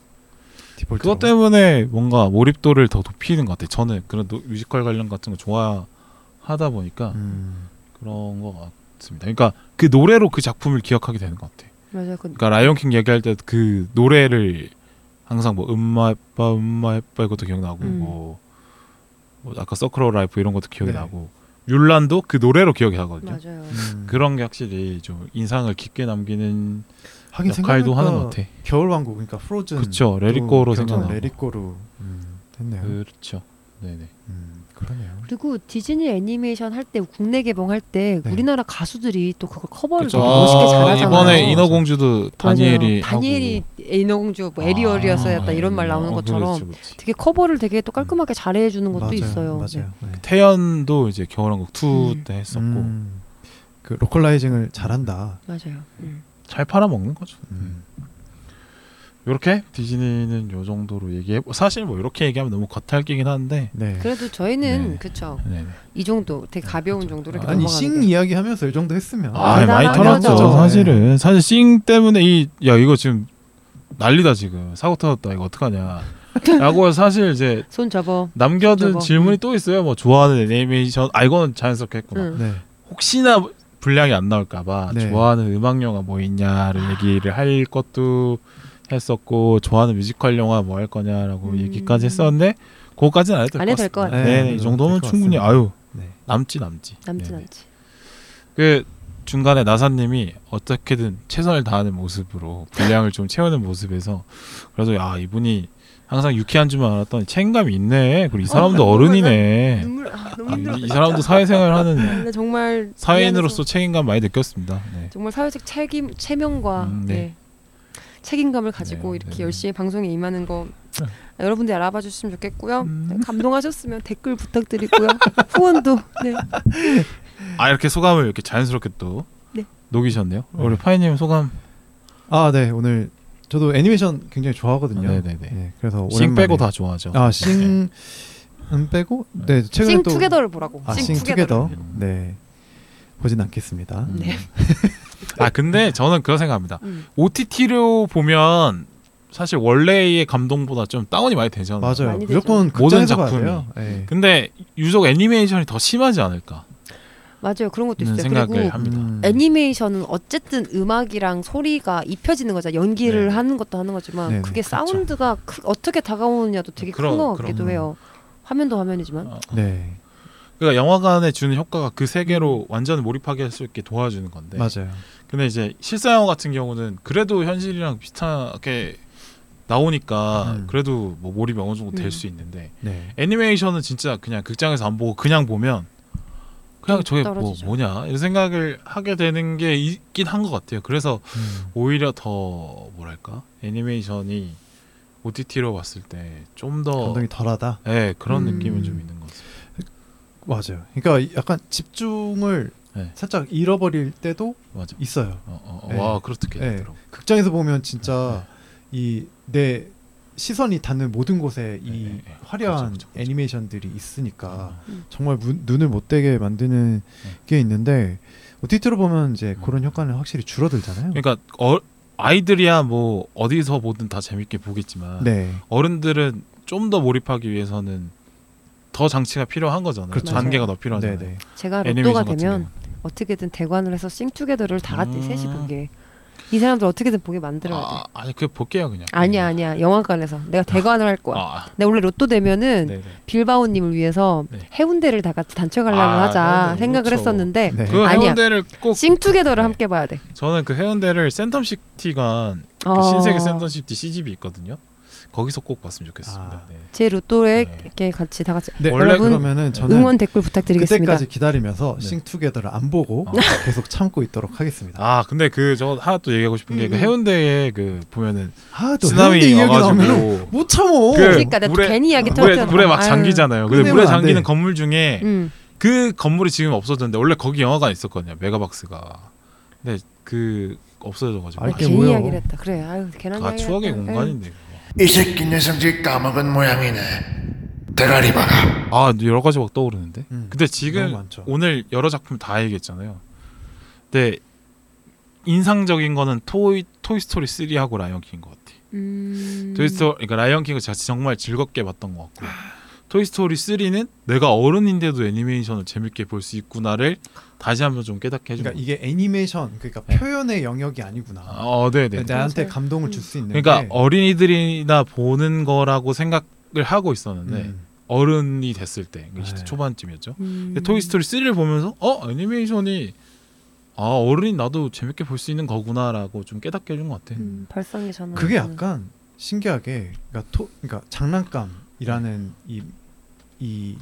D: 디폴트로.
B: 그것 때문에 뭔가 몰입도를 더 높이는 것 같아요. 저는 그런 노- 뮤지컬 관련 같은 거 좋아하다 보니까
D: 음.
B: 그런 것 같습니다. 그러니까 그 노래로 그 작품을 기억하게 되는 것 같아요.
C: 맞아요. 그,
B: 그러니까 라이온킹 얘기할 때 그 노래를 항상 뭐 음마 에빠 음마 에빠 이것도 기억나고
C: 음.
B: 뭐, 뭐 아까 서클 오 라이프 이런 것도 기억이
D: 네.
B: 나고 율란도 그 노래로 기억이 나거든요.
C: 맞아요.
D: 음.
B: 그런 게 확실히 좀 인상을 깊게 남기는
D: 하긴
B: 역할도
D: 생각해보니까
B: 하는 것 같아.
D: 겨울 왕국 그러니까 프로즌.
B: 그쵸 레리꼬로 생각나고.
D: 레리꼬로 음, 됐네요. 그...
B: 그렇죠. 네네.
D: 음, 그러네요.
C: 그리고 디즈니 애니메이션 할 때 국내 개봉할 때
D: 네.
C: 우리나라 가수들이 또 그걸 커버를
B: 그쵸.
C: 되게 멋있게 잘하잖아요.
B: 이번에 인어공주도 다니엘이
C: 맞아요. 다니엘이 인어공주 뭐 에리얼이었어였다 이런 말 나오는
B: 어,
C: 것처럼
B: 그렇지, 그렇지.
C: 되게 커버를 되게 또 깔끔하게 잘해 주는 것도
D: 맞아요,
C: 있어요. 네.
D: 맞아요. 네.
B: 태연도 이제 겨울왕국 2
C: 음.
B: 때 했었고
D: 음, 그 로컬라이징을 잘한다.
C: 맞아요. 음.
B: 잘 팔아먹는 거죠.
D: 음.
B: 이렇게 디즈니는 요 정도로 얘기해. 사실 뭐 이렇게 얘기하면 너무 겉핥기긴 한데.
D: 네.
C: 그래도 저희는
B: 네.
C: 그쵸
B: 네네.
C: 이 정도 되게 가벼운 정도로 이렇게
D: 아니
C: 넘어가는
D: 싱
C: 게.
D: 이야기 하면서 이 정도 했으면
B: 아,
C: 대단한 네.
B: 많이 털었죠.
D: 거죠.
B: 사실은 사실 싱 때문에 이 야 이거 지금 난리다 지금 사고 터졌다 이거
C: [laughs]
B: 어떡하냐. 라고 사실 이제
C: 손 접어.
B: 남겨둔
C: 저거.
B: 질문이 또 있어요. 뭐 좋아하는 애니메이션. 아 이건 자연스럽게 했구나.
C: 응.
D: 네.
B: 혹시나 분량이 안 나올까봐
D: 네. 아.
B: 좋아하는 음악 영화 뭐 있냐를 얘기를 할 것도 했었고 좋아하는 뮤지컬 영화 뭐 할 거냐라고
C: 음.
B: 얘기까지 했었는데 그거까지는 안 해도
C: 안
B: 될
C: 해도
B: 것
C: 될것
B: 같습니다.
D: 같아요.
B: 네,
D: 네,
B: 이 정도면
D: 될것
B: 충분히
D: 같습니다.
B: 아유
D: 네.
B: 남지 남지.
C: 남진
B: 네네.
C: 않지.
B: 그 중간에 나사님이 어떻게든 최선을 다하는 모습으로 분량을 좀 채우는 모습에서 그래서 야 이분이 항상 유쾌한 줄만 알았더니 책임감이 있네. 그리고 이 사람도
C: 아,
B: 어른이네.
C: 눈물 아, 너무
B: 아,
C: 힘들었다.
B: 이 사람도 사회생활 하는
C: 근데 정말
B: 사회인으로서
C: 미안해서
B: 책임감 많이 느꼈습니다. 네.
C: 정말 사회적 책임 체면과
B: 음,
C: 네.
B: 네.
C: 책임감을 가지고
B: 네,
C: 이렇게
B: 네.
C: 열심히 방송에 임하는 거 여러분들이 알아봐 주셨으면 좋겠고요.
B: 음.
C: 네, 감동하셨으면 댓글 부탁드리고요. 후원도 네.
B: 아 이렇게 소감을 이렇게 자연스럽게 또
C: 네.
B: 녹이셨네요. 우리 파이님 소감.
D: 아, 네. 오늘 저도 애니메이션 굉장히 좋아하거든요.
B: 네, 네, 네.
D: 네, 그래서
B: 싱
D: 오랜만에-
B: 빼고 다 좋아하죠. 네.
D: 아, 싱은 빼고 네, 최근에
C: 싱
D: 또
C: 투게더를 보라고.
D: 아,
C: 싱
D: 싱
C: 투게더.
D: 투게더.
B: 투게더를.
D: 네. 보진 않겠습니다.
B: 음.
C: 네.
B: [laughs] 아 근데 저는 그런 생각합니다.
C: 음.
B: OTT로 보면 사실 원래의 감동보다 좀 다운이 많이 되잖아요.
D: 맞아요.
C: 많이 되죠.
D: 무조건
B: 모든 그,
D: 극장에서 봐야
B: 작품이.
D: 돼요. 네.
B: 근데 유독 애니메이션이 더 심하지 않을까.
C: 맞아요. 그런 것도
B: 는
C: 있어요.
B: 생각을
C: 네, 그리고 음.
B: 합니다.
D: 음.
C: 애니메이션은 어쨌든 음악이랑 소리가 입혀지는 거잖아. 연기를
B: 네.
C: 하는 것도 하는 거지만
D: 네네,
C: 그게
D: 그렇죠.
C: 사운드가 크, 어떻게 다가오느냐도 되게
B: 그럼,
C: 큰 거 같기도
D: 그럼.
C: 해요. 화면도 화면이지만.
B: 어.
D: 네,
B: 그러니까 영화관에 주는 효과가 그 세계로 완전 몰입하게 할 수 있게 도와주는 건데.
D: 맞아요.
B: 근데 이제 실사 영화 같은 경우는 그래도 현실이랑 비슷하게 나오니까
D: 음.
B: 그래도 뭐 몰입이 어느 정도 될
C: 음.
B: 수 있는데
D: 네,
B: 애니메이션은 진짜 그냥 극장에서 안 보고 그냥 보면 그냥 저게
C: 좀
B: 뭐
C: 떨어지죠.
B: 뭐냐 이런 생각을 하게 되는 게 있긴 한 것 같아요. 그래서
D: 음.
B: 오히려 더 뭐랄까 애니메이션이 OTT로 봤을 때 좀더
D: 감동이 덜하다.
B: 예, 그런
C: 음.
B: 느낌은 좀 있는 것 같습니다.
D: 맞아요. 그러니까 약간 집중을
B: 네.
D: 살짝 잃어버릴 때도
B: 맞아.
D: 있어요.
B: 어, 어, 어,
D: 예.
B: 와 그렇게
D: 예.
B: 되더라고.
D: 극장에서 보면 진짜
B: 네,
D: 이 내 시선이 닿는 모든 곳에 이
B: 네, 네, 네.
D: 화려한
B: 그렇죠, 그렇죠, 그렇죠.
D: 애니메이션들이 있으니까
B: 아,
D: 정말 무- 눈을 못 떼게 만드는
B: 네.
D: 게 있는데 OTT로 보면 이제
B: 음.
D: 그런 효과는 확실히 줄어들잖아요.
B: 그러니까 어, 아이들이야 뭐 어디서 보든 다 재밌게 보겠지만
D: 네,
B: 어른들은 좀 더 몰입하기 위해서는 더 장치가 필요한 거잖아요.
D: 그렇죠.
B: 단계가 더
D: 네,
B: 필요하잖아요.
D: 네.
C: 제가
B: 애니메이션
C: 로또가
B: 같은
C: 되면
B: 경우는.
C: 어떻게든 대관을 해서 싱투게더를 다 같이
B: 음.
C: 셋이 보게. 이 사람들 어떻게든 보게 만들어야 돼.
B: 아, 아니 그거 볼게요 그냥. 음.
C: 아니야 아니야 영화관에서 내가 대관을 할 거야.
B: 아,
C: 내가 원래 로또 되면은
B: 네, 네.
C: 빌바오님을 위해서
B: 네.
C: 해운대를 다 같이 단체 가려고
B: 아,
C: 하자
B: 네네,
C: 생각을
B: 그렇죠.
C: 했었는데
D: 네.
B: 그
C: 아니야.
B: 해운대를 꼭
C: 싱투게더를
B: 네.
C: 함께 봐야 돼.
B: 저는 그 해운대를 센텀시티가 그
C: 어,
B: 신세계 센텀시티 CGV 있거든요. 거기서 꼭 봤으면 좋겠습니다.
D: 아.
B: 네.
C: 제 로또에
B: 네.
C: 이렇게 같이 다 같이
D: 네,
B: 원래
D: 원래
C: 여러분
D: 그러면은 저는
C: 응원 댓글 부탁드리겠습니다.
D: 그때까지 기다리면서
B: 네.
D: 싱투게더를 안 보고
B: 아.
D: 계속 참고 있도록 하겠습니다.
B: 아 근데 그 저 하나 또 얘기하고 싶은 게 그
C: 음, 음.
B: 해운대에 그 보면은
D: 아, 또 해운대
B: 쓰나미
D: 이야기 나오면
B: 와가지고
D: 못 참어.
B: 그-
C: 그러니까 내가 또
B: 물에-
C: 괜히 이야기
B: 물에
C: 터뜨려.
B: 물에 막 잠기잖아요. 근데
D: 끝내면
B: 물에
D: 안
B: 잠기는
D: 돼.
B: 건물 중에
C: 음.
B: 그 건물이 지금 없어졌는데 원래 거기 영화관 있었거든요. 메가박스가. 근데 그 없어져가지고
D: 아,
C: 아,
D: 이게
B: 아쉽-
C: 괜히
D: 뭐야.
C: 이야기를 했다. 그래 아유 괜한
B: 아,
C: 이야기.
B: 추억의
C: 했다.
B: 공간인데. 그거.
E: 이 새끼 내 성질 까먹은 모양이네. 대가리바가.
B: 아 여러 가지 막 떠오르는데.
D: 음,
B: 근데
D: 너무
B: 지금
D: 많죠.
B: 오늘 여러 작품 다 얘기했잖아요. 근데 인상적인 거는 토이 토이 스토리 3하고 라이언 킹인 것 같아.
C: 음.
B: 토이 스토리 그러니까 라이언 킹을 제가 정말 즐겁게 봤던 것 같고 토이 스토리 3는 내가 어른인데도 애니메이션을 재밌게 볼 수 있구나를 다시 한번 좀 깨닫게 해준
D: 그러니까
B: 것
D: 이게 애니메이션 그러니까
B: 네.
D: 표현의 영역이 아니구나. 그러니까
B: 같아요. 어, 네, 네.
D: 나한테
C: 맞아요. 음.
D: 감동을 줄 수 있는.
B: 그러니까
D: 게,
B: 어린이들이나 보는 거라고 생각을 하고 있었는데
D: 음,
B: 어른이 됐을 때
D: 네.
B: 20대 초반쯤이었죠.
C: 음.
B: 근데 토이 스토리 3를 보면서 어 애니메이션이 아 어른이 나도 재밌게 볼 수 있는 거구나라고 좀 깨닫게 해준 것 같아.
C: 음, 발상이 저는
D: 그게 약간 신기하게 그러니까 토 그러니까 장난감이라는 이 이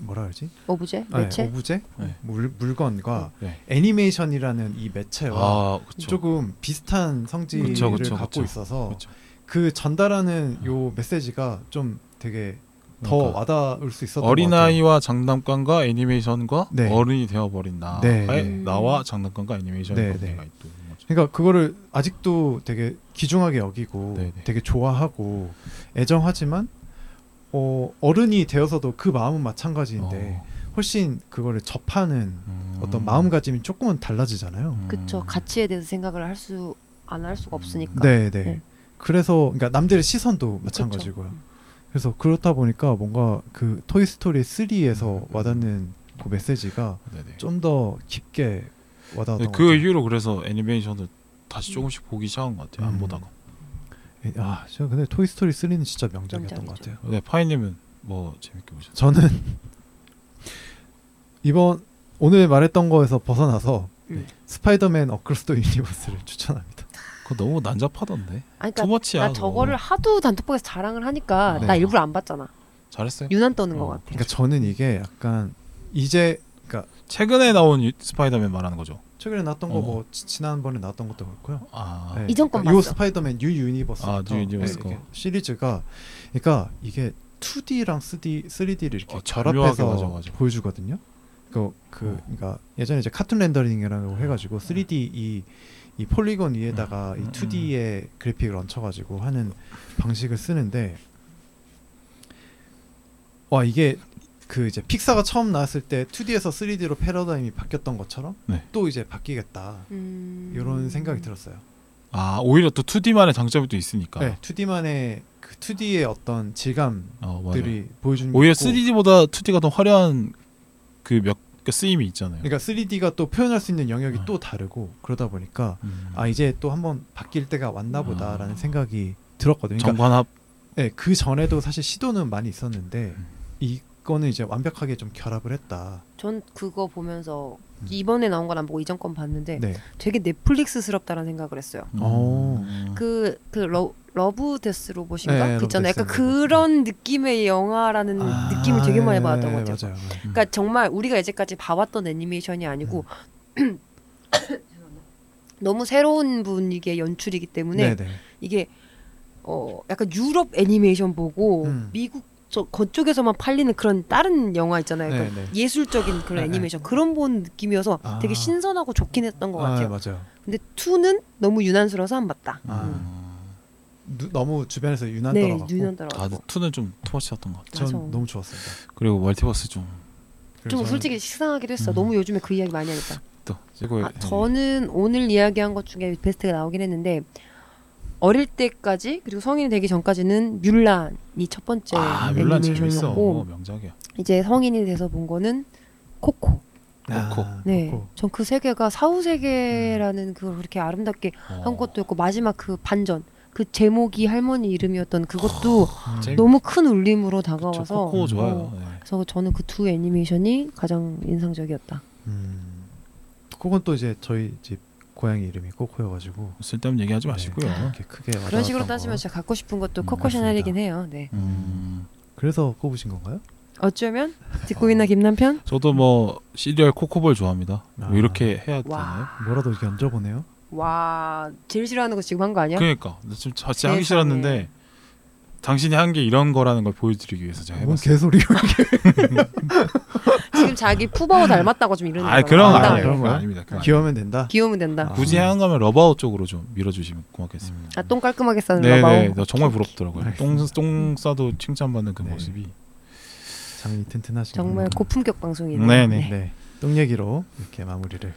D: 뭐라 그러지?
C: 오브제
D: 아, 네,
C: 매체
D: 오브제?
B: 네.
D: 물, 물건과
B: 네.
D: 애니메이션이라는 이 매체와
B: 아 그렇죠.
D: 조금 비슷한 성질을
B: 그쵸, 그쵸,
D: 갖고
B: 그쵸.
D: 있어서
B: 그쵸.
D: 그 전달하는 요 메시지가 좀 되게 더
B: 그러니까
D: 와닿을 수 있었던 것
B: 어린아이와 장난감과 애니메이션과
D: 네.
B: 어른이 되어버린 나
D: 네,
B: 의
D: 네.
B: 나와 장난감과 애니메이션의
D: 네,
B: 관계가
D: 네.
B: 있던 거죠.
D: 같아요. 그러니까 그거를 아직도 되게 귀중하게 여기고
B: 네네.
D: 되게 좋아하고 애정하지만 어, 어른이 되어서도 그 마음은 마찬가지인데 훨씬 그거를 접하는
B: 어. 음.
D: 어떤 마음가짐이 조금은 달라지잖아요.
B: 음.
C: 그쵸 가치에 대해서 생각을 할 수 안 할 수가 없으니까
D: 네네. 그렇죠.
C: 네.
D: 그래서 그러니까 남들의 시선도 마찬가지고요.
C: 음.
D: 그래서 그렇다 보니까 뭔가 그 토이 스토리 3에서 와닿는 그 메시지가
B: 음. 네네.
D: 좀 더 깊게
B: 네,
D: 와닿았던
B: 그
D: 것
B: 이후로 그래서 애니메이션을 다시 조금씩 보기 시작한 것 같아요. 안
D: 음.
B: 보다가.
D: 같아요. 아, 저 근데 토이 스토리 3는 진짜 명작이었던 것
C: 명작이죠.
D: 같아요.
B: 네, 파이님은 뭐 재밌게 보셨어요?
D: 저는 [laughs] 이번 오늘 말했던 거에서 벗어나서
C: 음.
D: 스파이더맨 어크로스 더 유니버스를 [laughs] 추천합니다.
B: 그거 너무 난잡하던데.
C: 아니, 그러니까
B: 투머치야.
C: 나 저거를 하도 단톡방에서 자랑을 하니까
D: 네.
C: 나 일부러 안 봤잖아
B: 잘했어요.
C: 유난 떠는 것
B: 어.
C: 같아
D: 그러니까 저는 이게 약간 이제 그러니까
B: 최근에 나온 유- 스파이더맨 말하는 거죠.
D: 최근에 나왔던
B: 어.
D: 거 뭐 지난번에 나왔던 것도 그렇고요.
B: 아,
D: 네.
C: 이전 건
D: 그러니까 요
C: 봤어.
D: 스파이더맨 뉴 유니버스
B: 아, 뉴 유니버스 거.
D: 시리즈가 그러니까 이게 2D랑 3D, 3D를 이렇게
B: 어,
D: 결합해서
B: 절묘하게 맞아, 맞아.
D: 보여주거든요. 그, 그
B: 어. 네.
D: 그러니까 예전에 이제 카툰 렌더링이라고 해가지고 3D 이, 이 폴리곤 위에다가
B: 음,
D: 이
B: 음,
D: 2D의 그래픽을 얹혀가지고 하는 방식을 쓰는데 와 이게 그 이제 픽사가 처음 나왔을 때 2D에서 3D로 패러다임이 바뀌었던 것처럼
B: 네.
D: 또 이제 바뀌겠다
C: 음...
D: 이런 생각이 들었어요.
B: 아 오히려 또 2D만의 장점이 또 있으니까.
D: 네, 2D만의 그 2D의 어떤 질감들이
B: 어, 맞아요.
D: 보여주는 게
B: 오히려
D: 있고,
B: 3D보다 2D가 더 화려한 그 몇 그 그러니까 쓰임이 있잖아요.
D: 그러니까 3D가 또 표현할 수 있는 영역이
B: 아.
D: 또 다르고 그러다 보니까
B: 음. 아.
D: 아 이제 또 한번 바뀔 때가 왔나 보다라는 생각이 들었거든요. 그러니까
B: 정관합
D: 네, 그 전에도 사실 시도는 많이 있었는데
B: 음.
D: 이거는 이제 완벽하게 좀 결합을 했다.
C: 전 그거 보면서 이번에 나온 건 안 보고 이전 건 봤는데
D: 네.
C: 되게 넷플릭스스럽다라는 생각을 했어요.
B: 음.
D: 어.
C: 그 그 러브 데스 로봇인가
D: 네,
C: 그 있잖아요.
D: 러브
C: 약간
D: 데스
C: 그런 느낌의 영화라는 음, 느낌을 되게 많이 받았던 것
D: 아, 네,
C: 같아요.
D: 맞아요. 네.
C: 그러니까 정말 우리가 이제까지 봐왔던 애니메이션이 아니고
D: 네.
C: [coughs] 너무 새로운 분위기의 연출이기 때문에
D: 네, 네.
C: 이게 어 약간 유럽 애니메이션 보고
D: 음.
C: 미국 저 거쪽에서만 팔리는 그런 다른 영화 있잖아요.
D: 네,
C: 약간
D: 네.
C: 예술적인 그런
D: 네,
C: 애니메이션 그런 본 느낌이어서
D: 아.
C: 되게 신선하고 좋긴 했던 것
D: 아,
C: 같아요.
D: 맞아요.
C: 근데 투는 너무 유난스러워서 안 봤다.
D: 아,
C: 음.
D: 누- 너무 주변에서 유난
C: 네,
D: 떨어갖고
C: 유난
B: 아,
C: 따라가고.
B: 투는 좀 토마치였던 것
D: 전
B: 같아.
C: 맞아.
D: 너무 좋았습니다.
B: 그리고 멀티버스 좀
D: 그래서
C: 좀
D: 저는-
C: 솔직히 식상하기도 했어.
B: 음.
C: 너무 요즘에 그 이야기 많이 하니까.
B: 또 음. 이거
C: 아, 저는 오늘 이야기한 것 중에 베스트가 나오긴 했는데 어릴 때까지 그리고 성인이 되기 전까지는 뮬란이 첫 번째
B: 아, 물론 재밌어. 어,
C: 애니메이션이었고
B: 명작이야.
C: 이제 성인이 돼서 본 거는 코코.
D: 아,
B: 코코.
C: 네,
D: 코코.
C: 전 그 세계가 사후 세계라는 그걸 그렇게 아름답게
B: 어.
C: 한 것도 있고 마지막 그 반전 그 제목이 할머니 이름이었던 그것도
D: 음.
B: 재밌-
C: 너무 큰 울림으로
B: 어. 그쵸,
C: 다가와서
B: 코코 좋아요.
C: 어,
B: 네.
C: 그래서 저는 그 두 애니메이션이 가장 인상적이었다.
D: 음. 코코는 또 이제 저희 집 고양이 이름이 코코여가지고
B: 쓸데없는 얘기하지
D: 네,
B: 마시고요.
D: 이렇게 크게
C: 그런 식으로
D: 와닿았던
C: 따지면
D: 거.
C: 제가 갖고 싶은 것도
B: 음,
C: 코코
D: 맞습니다.
C: 샤넬이긴 해요. 네.
B: 음.
D: 그래서 꼽으신 건가요?
C: 어쩌면 듣고 있나 김남편?
B: 저도 뭐 시리얼 코코볼 좋아합니다.
D: 아.
B: 뭐 이렇게 해야 되나요?
C: 와.
D: 뭐라도 이렇게 얹어보네요.
C: 와, 제일 싫어하는 거 지금 한 거 아니야?
B: 그러니까 나 지금 같이 하기
C: 세상에.
B: 싫었는데 당신이 한 게 이런 거라는 걸 보여드리기 위해서 제가
D: 뭔
B: 해봤어요.
D: 개소리요?
C: 지금 자기 푸바오 닮았다고 좀 이러는
B: 아
C: 거잖아.
B: 그런
D: 아,
B: 거 아니에요.
C: 농담이에요.
D: 그런
B: 그런 거
D: 거야?
B: 아닙니다. 그건
D: 귀여우면 된다.
C: 귀여우면 된다.
D: 아.
B: 굳이 한 거면 러바오 쪽으로 좀 밀어주시면 고맙겠습니다.
C: 아, 똥 깔끔하게 싸는
B: 네네,
C: 러바오. 음.
B: 나 정말 부럽더라고요. 똥,
D: 알겠습니다.
B: 똥 싸도 칭찬받는 그
D: 네.
B: 모습이.
D: 장이 튼튼하신
C: 정말 고품격 방송이네.
B: 네네.
D: 네. 네. 똥 얘기로 이렇게 마무리를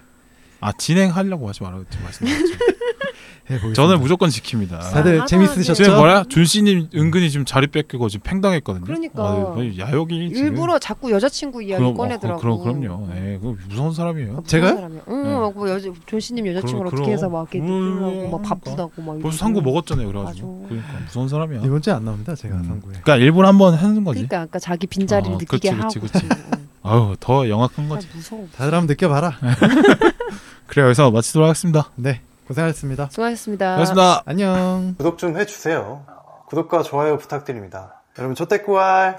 B: 아 진행하려고 하지 말라고 지금 말씀드렸죠.
C: [laughs]
D: 해보겠습니다.
B: 저는 무조건 지킵니다.
D: 다들
C: 아,
D: 재밌으셨죠?
B: 지금 뭐야? 준 씨님 은근히 지금 자리 뺏기고 지금 팽당했거든요.
C: 그러니까.
B: 아, 거의 야욕이 지금.
C: 일부러 자꾸 여자친구 이야기
B: 그럼,
C: 꺼내더라고. 어,
B: 어, 그럼 그럼요. 예, 그 무서운 사람이에요.
D: 제가요?
C: 응,
B: 네.
C: 막뭐 여자 존씨님 여자친구를
B: 그럼, 음,
C: 어떻게 해서 막 이렇게
B: 그럼.
C: 하고 막 바쁘다고
B: 벌써
C: 막. 이러고.
B: 상고 먹었잖아요. 그래가지고.
C: 맞아.
B: 그러니까 무서운 사람이야.
D: 이번 주에 안 나옵니다. 제가
B: 음.
D: 선구에.
B: 그러니까 일부러 한번 하는 거지.
C: 그러니까 아까 자기 빈자리를
B: 아, 그치,
C: 느끼게
B: 그치,
C: 하고.
B: 그치.
C: 지금,
B: 아유 더 영악한
C: 응.
B: 거지.
C: 아, 무서워.
D: 다들 한번 느껴봐라.
B: 네.
C: 아.
B: 그래요. 그래서 마치도록 하겠습니다.
D: 네, 고생하셨습니다.
C: 수고하셨습니다.
B: 고맙습니다.
D: 안녕.
F: 구독 좀 해주세요. 구독과 좋아요 부탁드립니다. 여러분, 초대꾸알!